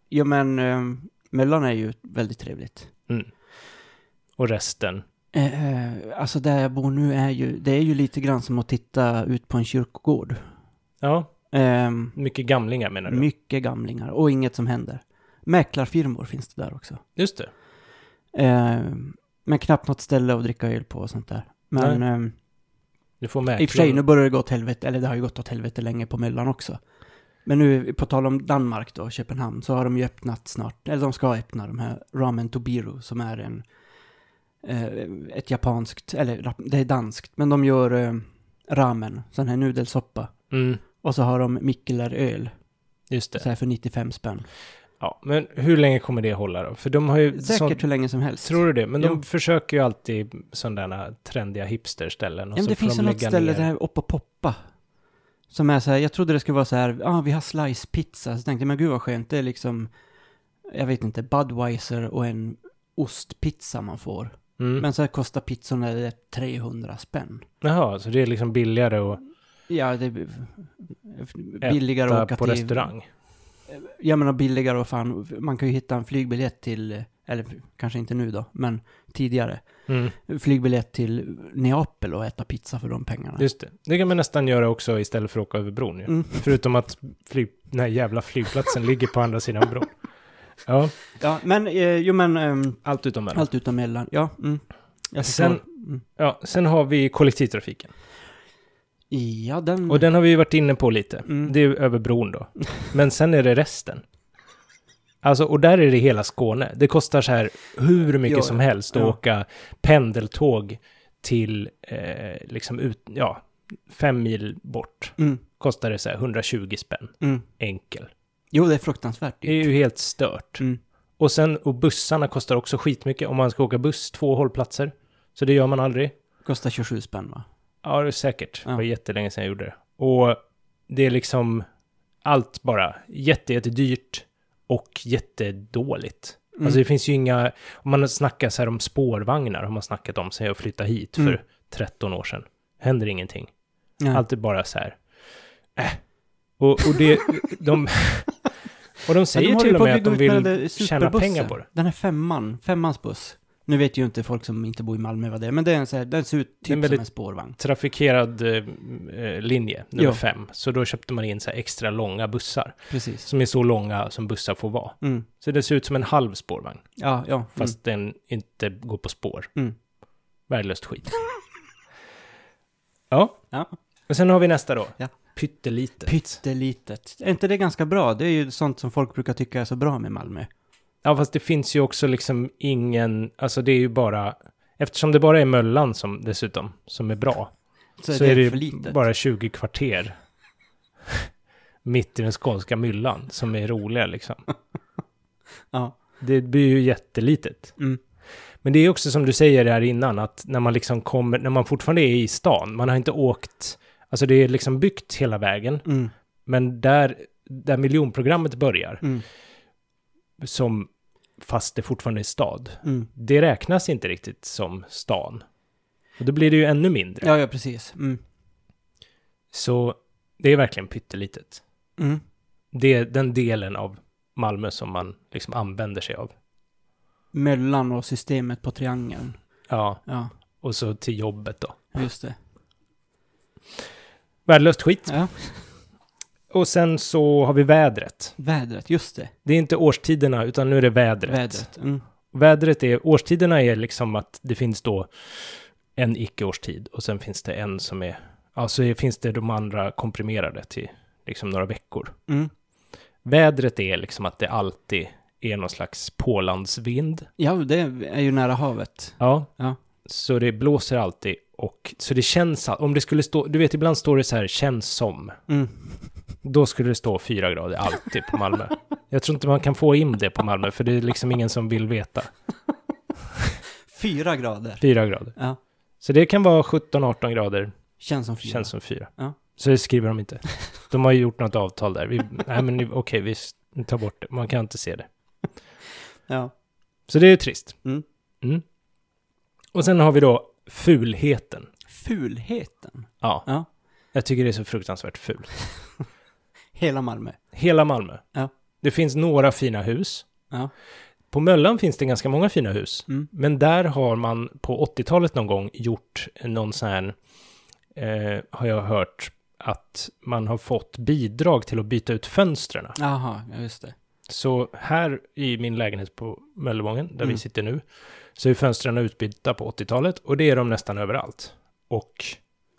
A: ja, men uh, Möllan är ju väldigt trevligt.
B: Och resten.
A: Eh, eh, alltså där jag bor nu är ju, det är ju lite grann som att titta ut på en kyrkogård.
B: Ja,
A: Ehm,
B: mycket gamlingar menar du?
A: mycket gamlingar och inget som händer. Mäklarfirmor finns det där också.
B: Just det.
A: Ehm, men knappt något ställe att dricka öl på och sånt där. Men ehm,
B: Du får
A: i
B: mäklare.
A: och för sig, nu börjar det gå åt helvete, eller det har ju gått åt helvete länge på Möllan också. Men nu, på tal om Danmark då, Köpenhamn, så har de ju öppnat snart, eller de ska öppna de här Ramen Tobiru som är en, eh, ett japanskt, eller rap- det är danskt, men de gör eh, ramen, sån här nudelsoppa.
B: Mm,
A: Och så har de Mikkeleröl,
B: just
A: så
B: det.
A: här för 95 spänn.
B: Ja, men hur länge kommer det hålla då? För de har ju...
A: Säkert
B: sånt-
A: hur länge som helst.
B: Tror du det? Men de
A: Jo.
B: försöker ju alltid sådana trendiga hipsterställen. Och
A: Ja, men
B: så
A: det
B: får
A: finns
B: de
A: ju något
B: lägga
A: ställe
B: ner.
A: där uppe och poppa. Som är så här, jag trodde det skulle vara så här, ja ah, vi har slice pizza. Så tänkte jag, men gud vad skönt, det är liksom, jag vet inte, Budweiser och en ostpizza man får.
B: Mm.
A: Men så här kostar pizzorna det är 300 spänn.
B: Jaha, så det är liksom billigare att
A: Ja, det är billigare att
B: äta
A: åka
B: på
A: till...
B: restaurang.
A: Jag menar billigare och fan, man kan ju hitta en flygbiljett till, eller kanske inte nu då, men tidigare.
B: Mm,
A: Flygbiljett till Neapel och äta pizza för de pengarna.
B: just det. Det kan man nästan göra också istället för att åka över bron ju.
A: Mm.
B: Förutom att flyg, den här jävla flygplatsen ligger på andra sidan bron. Ja,
A: Ja, men, eh, jo men... ehm,
B: allt utom Möllan.
A: Allt utom mellan, ja. Mm. Jag förstår.
B: Sen-
A: Mm.
B: Ja, sen har vi kollektivtrafiken.
A: Ja, den...
B: Och den har vi ju varit inne på lite.
A: Mm.
B: Det är ju över bron då. Men sen är det resten. Alltså, och där är det hela Skåne. Det kostar så här hur mycket
A: Ja,
B: som helst att
A: ja.
B: åka pendeltåg till, eh, liksom ut, ja, fem mil bort.
A: Mm.
B: Kostar det så här 120 spänn,
A: Mm.
B: enkel.
A: Jo, det är fruktansvärt
B: Det är
A: dyrt.
B: ju helt stört.
A: Mm.
B: Och sen, och bussarna kostar också skitmycket om man ska åka buss, två hållplatser. Så det gör man aldrig.
A: Kostar 27 spänn va?
B: Ja, det är säkert. Det var
A: Ja.
B: jättelänge sedan jag gjorde det. Och det är liksom allt bara jätte, jättedyrt och jättedåligt.
A: Mm.
B: Alltså det finns ju inga, om man snackar så här om spårvagnar, har man snackat om sig att flytta hit
A: Mm.
B: för 13 år sedan. Händer ingenting.
A: Nej.
B: Allt är bara så här, äh. Och, och det, de, och de
A: Men
B: säger
A: håller
B: till
A: ju
B: och
A: på
B: med att de
A: bygga ut
B: vill
A: den där
B: tjäna pengar
A: superbussen.
B: på det.
A: Den här femman, femmans buss. Nu vet ju inte folk som inte bor i Malmö vad det är, men det är en så här, den ser ut
B: Den är
A: typ
B: väldigt-
A: som en spårvagn.
B: trafikerad eh, m- eh, linje, nummer
A: Ja.
B: fem. Så då köpte man in så här extra långa bussar,
A: Precis.
B: som är så långa som bussar får vara.
A: Mm.
B: Så det ser ut som en halv spårvagn,
A: Ja, ja. Mm.
B: fast den inte går på spår.
A: Mm.
B: Värdelöst skit. ja,
A: Ja.
B: och sen har vi nästa då.
A: Ja.
B: Pyttelite.
A: Pyttelitet. Är inte det ganska bra? Det är ju sånt som folk brukar tycka är så bra med Malmö.
B: ja, fast det finns ju också liksom ingen, alltså det är ju bara, eftersom det bara är Möllan som dessutom, som är bra,
A: Så,
B: så
A: är det,
B: ju
A: för litet.
B: bara 20 kvarter mitt i den skånska myllan som är roliga liksom.
A: Ja.
B: Det blir ju jättelitet.
A: Mm.
B: Men det är också som du säger här innan, att när man liksom kommer, när man fortfarande är i stan, man har inte åkt, alltså det är liksom byggt hela vägen,
A: Mm.
B: men där, där miljonprogrammet börjar,
A: Mm.
B: som fast det fortfarande är stad,
A: Mm.
B: det räknas inte riktigt som stan. Och då blir det ju ännu mindre.
A: Ja, ja, precis. Mm.
B: Så det är verkligen pyttelitet.
A: Mm.
B: det är den delen av Malmö som man liksom använder sig av.
A: Möllan och systemet på triangeln.
B: Ja,
A: Ja,
B: och så till jobbet då.
A: just det.
B: Värdelöst skit.
A: Ja.
B: Och sen så har vi vädret.
A: Vädret, just det.
B: Det är inte årstiderna, utan nu är det vädret.
A: Vädret. Mm.
B: Vädret är, årstiderna är liksom att det finns då en icke-årstid och sen finns det en som är, ja så är- finns det de andra komprimerade till liksom några veckor.
A: Mm.
B: Vädret är liksom att det alltid är någon slags pålandsvind.
A: Ja, det är ju nära havet.
B: Ja.
A: Ja.
B: Så det blåser alltid och så det känns, all- om det skulle stå, du vet ibland står det så här känns som.
A: Mm.
B: Då skulle det stå fyra grader alltid på Malmö. Jag tror inte man kan få in det på Malmö för det är liksom ingen som vill veta.
A: Fyra grader.
B: Fyra grader.
A: Ja.
B: Så det kan vara 17-18 grader,
A: Känns som fyra.
B: känns som fyra.
A: Ja.
B: Så det skriver de inte. De har ju gjort något avtal där. Vi, nej men ni- okej, vi s- vi tar bort det. Man kan inte se det.
A: Ja.
B: Så det är ju trist.
A: Mm.
B: Mm. Och sen har vi då fulheten.
A: Fulheten.
B: Ja.
A: Ja.
B: Jag tycker det är så fruktansvärt fult.
A: Hela Malmö.
B: Hela Malmö.
A: Ja.
B: Det finns några fina hus.
A: Ja.
B: På Möllan finns det ganska många fina hus.
A: Mm.
B: Men där har man på 80-talet någon gång gjort någon sån här, eh, har jag hört, att man har fått bidrag till att byta ut fönstren.
A: Jaha, ja, just det.
B: Så här i min lägenhet på Möllevången, där
A: Mm.
B: vi sitter nu, så är fönstren utbytta på 80-talet och det är de nästan överallt. Och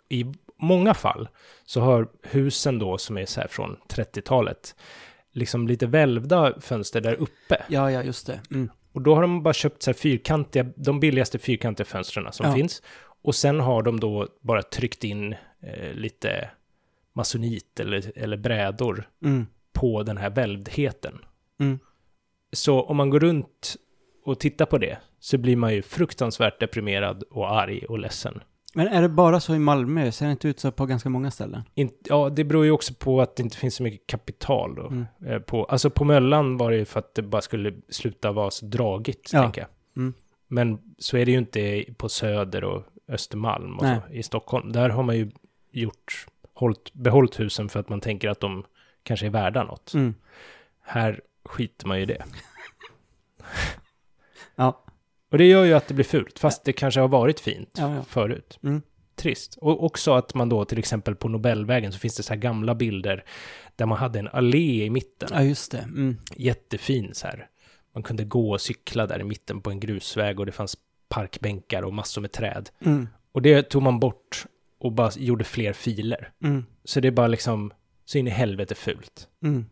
B: i många fall så har husen då som är så här från 30-talet, liksom lite välvda fönster där uppe.
A: Ja, ja, just det. Mm.
B: Och då har de bara köpt så här fyrkantiga, de billigaste fyrkantiga fönstren som
A: Ja.
B: finns. Och sen har de då bara tryckt in eh, lite masonit eller, eller brädor
A: Mm.
B: på den här välvdheten.
A: Mm.
B: Så om man går runt och tittar på det så blir man ju fruktansvärt deprimerad och arg och ledsen.
A: Men är det bara så i Malmö? Ser det inte ut så på ganska många ställen?
B: In, ja, det beror ju också på att det inte finns så mycket kapital då.
A: Mm.
B: Eh, På, alltså på Möllan var det ju för att det bara skulle sluta vara så dragigt,
A: Ja.
B: tänker jag.
A: Mm.
B: Men så är det ju inte på Söder och Östermalm och
A: Nej.
B: så, i Stockholm. Där har man ju gjort, hållt, behållit husen för att man tänker att de kanske är värda något.
A: Mm.
B: Här skiter man ju i det.
A: Ja.
B: Och det gör ju att det blir fult, fast det kanske har varit fint
A: Ja, ja.
B: förut.
A: Mm.
B: Trist. Och också att man då till exempel på Nobelvägen så finns det så här gamla bilder där man hade en allé i mitten.
A: Ja, just det. Mm.
B: Jättefin så här. Man kunde gå och cykla där i mitten på en grusväg och det fanns parkbänkar och massor med träd.
A: Mm.
B: Och det tog man bort och bara gjorde fler filer.
A: Mm.
B: Så det är bara liksom så in i helvete fult.
A: Mm.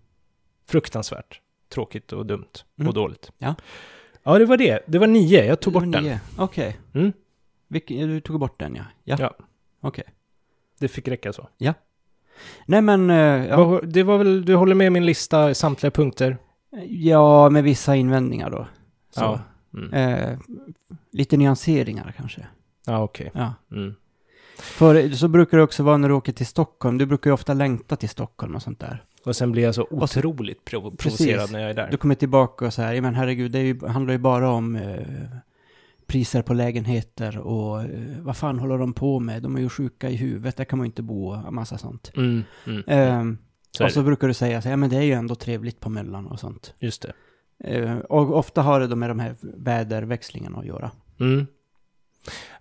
B: Fruktansvärt tråkigt och dumt
A: Mm.
B: och dåligt.
A: Ja.
B: ja, det var det. Det var nio. Jag tog bort
A: Nummer
B: den.
A: nio. Okej.
B: Mm.
A: Vilken- ja, Du tog bort den, ja. Ja.
B: Ja.
A: Okej.
B: Det fick räcka så.
A: Nej, men... eh, Ja,
B: Vad- Det var väl, du håller med min lista, samtliga punkter?
A: ja med vissa invändningar då. Så.
B: Ja. Mm.
A: Eh, lite nyanseringar kanske.
B: Ja, okej.
A: Ja.
B: Mm.
A: För så brukar det också vara när du åker till Stockholm. Du brukar ju ofta längta till Stockholm och sånt där.
B: Och sen blir jag så
A: Och så-
B: otroligt provo-
A: Precis.
B: provocerad när jag är där.
A: Du kommer tillbaka och så här, ja men herregud, det är ju, handlar ju bara om eh, priser på lägenheter och eh, vad fan håller de på med? De är ju sjuka i huvudet, där kan man ju inte bo och massa sånt.
B: Mm. Mm.
A: Ehm,
B: Så är
A: och så brukar du säga så här, ja men det är ju ändå trevligt på Möllan och sånt.
B: det. Just det.
A: Eh, och ofta har det då med de här väderväxlingarna att göra.
B: Mm.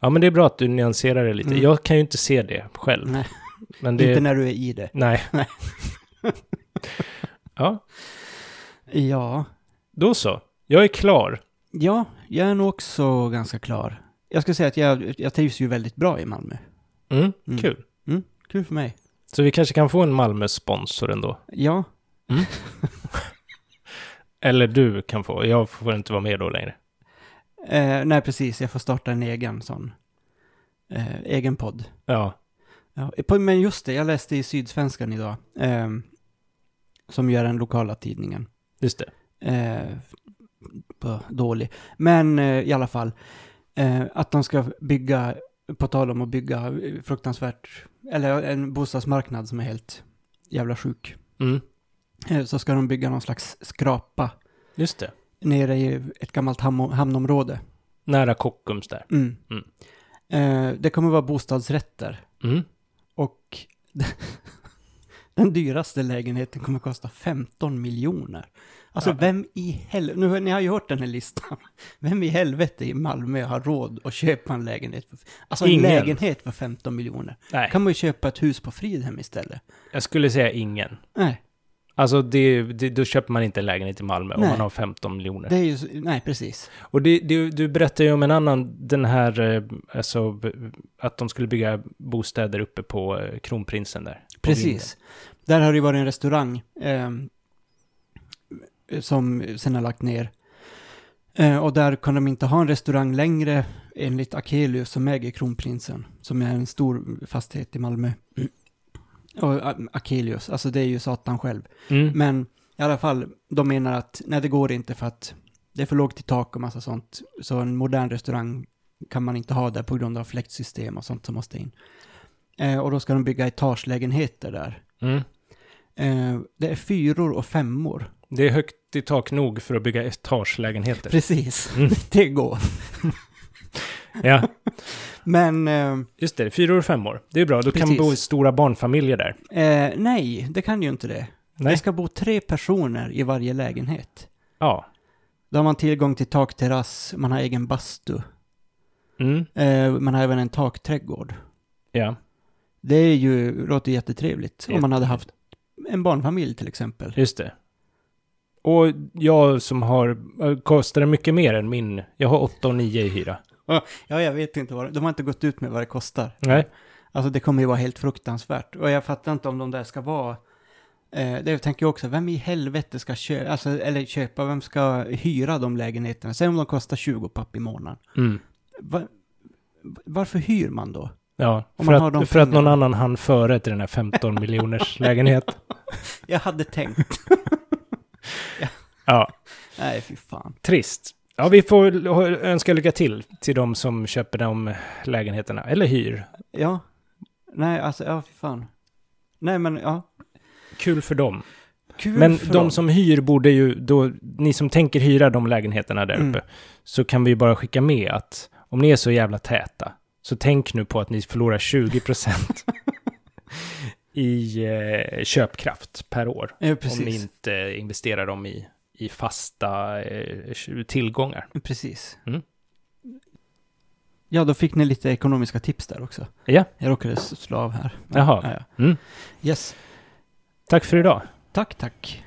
B: Ja, men det är bra att du nyanserar det lite.
A: Mm.
B: Jag kan ju inte se det själv.
A: Nej.
B: Men det...
A: Inte när du är i det.
B: Nej. ja,
A: Ja,
B: då så. Jag är klar.
A: ja, jag är nog också ganska klar. Jag ska säga att jag, jag trivs ju väldigt bra i Malmö.
B: Mm.
A: Mm.
B: Kul.
A: Kul för mig.
B: Så vi kanske kan få en Malmö-sponsor ändå.
A: Ja,
B: Eller du kan få. Jag får inte vara med då längre.
A: Eh, nej, precis. Jag får starta en egen sån. Eh, egen podd.
B: Ja.
A: Ja, på, men just det, jag läste i Sydsvenskan idag. ehm, som gör den lokala tidningen.
B: Just det.
A: Eh, på, dålig. Men eh, i alla fall. Eh, att de ska bygga, på tal om att bygga eh, fruktansvärt, eller en bostadsmarknad som är helt jävla sjuk.
B: Mm.
A: Eh, så ska de bygga någon slags skrapa
B: Just det.
A: nere i ett gammalt ham- hamnområde.
B: Nära Kockums där.
A: Mm.
B: Mm.
A: Eh, det kommer vara bostadsrätter
B: Mm.
A: och den dyraste lägenheten kommer kosta 15 miljoner. Alltså
B: Ja.
A: vem i helvete, nu har ni har ju hört den här listan, vem i helvete i Malmö har råd att köpa en lägenhet? För, alltså
B: Ingen.
A: en lägenhet för 15 miljoner.
B: Nej,
A: Kan man ju köpa ett hus på Fridhem istället.
B: jag skulle säga ingen.
A: Nej,
B: Alltså, det, det, då köper man inte en lägenhet i Malmö om
A: Nej.
B: man har 15 miljoner.
A: det är ju, så- nej precis.
B: Och det, du, du berättade ju om en annan, den här, eh, alltså, b- att de skulle bygga bostäder uppe på eh, Kronprinsen där. På vinden.
A: Precis. Där har det ju varit en restaurang ehm, som sen har lagt ner. Eh, och där kan de inte ha en restaurang längre enligt Akelius som äger Kronprinsen, som är en stor fastighet i Malmö. Och A- Akelius, alltså det är ju Satan själv.
B: Mm.
A: Men i alla fall, de menar att nej det går inte för att det är för lågt i tak och massa sånt. Så en modern restaurang kan man inte ha där på grund av fläktsystem och sånt som måste in. Eh, och då ska de bygga etagelägenheter där.
B: Mm.
A: Eh, det är fyror och femmor.
B: Det är högt i tak nog för att bygga etagelägenheter.
A: Precis,
B: Mm.
A: det går.
B: Ja,
A: Men eh,
B: just det. Fyra år, fem år. Det är bra. Då kan man
A: Precis.
B: bo i stora barnfamiljer där.
A: eh, nej, det kan ju inte det.
B: Nej.
A: Det ska bo tre personer i varje lägenhet.
B: Ja.
A: Då har man tillgång till takterrass, man har egen bastu,
B: Mm.
A: eh, man har även en takträdgård.
B: Ja.
A: Det är ju, låter jättetrevligt om man hade haft en barnfamilj till exempel.
B: Just det. Och jag som har, äh, kostar det mycket mer än min, jag har 8 och 9 i hyra.
A: Ja, jag vet inte vad det, de har inte gått ut med vad det kostar.
B: Nej.
A: Alltså det kommer ju vara helt fruktansvärt. Och jag fattar inte om de där ska vara, eh, det tänker jag också, vem i helvete ska köpa, alltså, eller köpa, vem ska hyra de lägenheterna? Säg om de kostar 20 papp i månaden.
B: Mm.
A: Va, varför hyr man då?
B: Ja,
A: Om
B: för
A: man har de
B: att, för att någon
A: pengarna.
B: annan hann före till den här 15 miljoners lägenhet.
A: Jag hade tänkt,
B: Ja,
A: nej fy fan.
B: trist. Ja, vi får l- ha- önska lycka till till de som köper de lägenheterna, eller hyr.
A: Ja, nej alltså, ja fy fan. Nej men ja,
B: Kul för dem.
A: kul
B: Men
A: för
B: de som hyr borde ju, då, ni som tänker hyra de lägenheterna där uppe,
A: Mm.
B: så kan vi ju bara skicka med att om ni är så jävla täta, så tänk nu på att ni förlorar 20% i eh, köpkraft per år.
A: ja,
B: Om ni
A: precis.
B: inte investerar dem i, i fasta eh, tillgångar.
A: Precis.
B: Mm.
A: Ja, då fick ni lite ekonomiska tips där också.
B: Ja.
A: Jag råkade s- slå av här.
B: Jaha.
A: Ja, ja.
B: Mm.
A: Yes.
B: Tack för idag.
A: Tack, tack.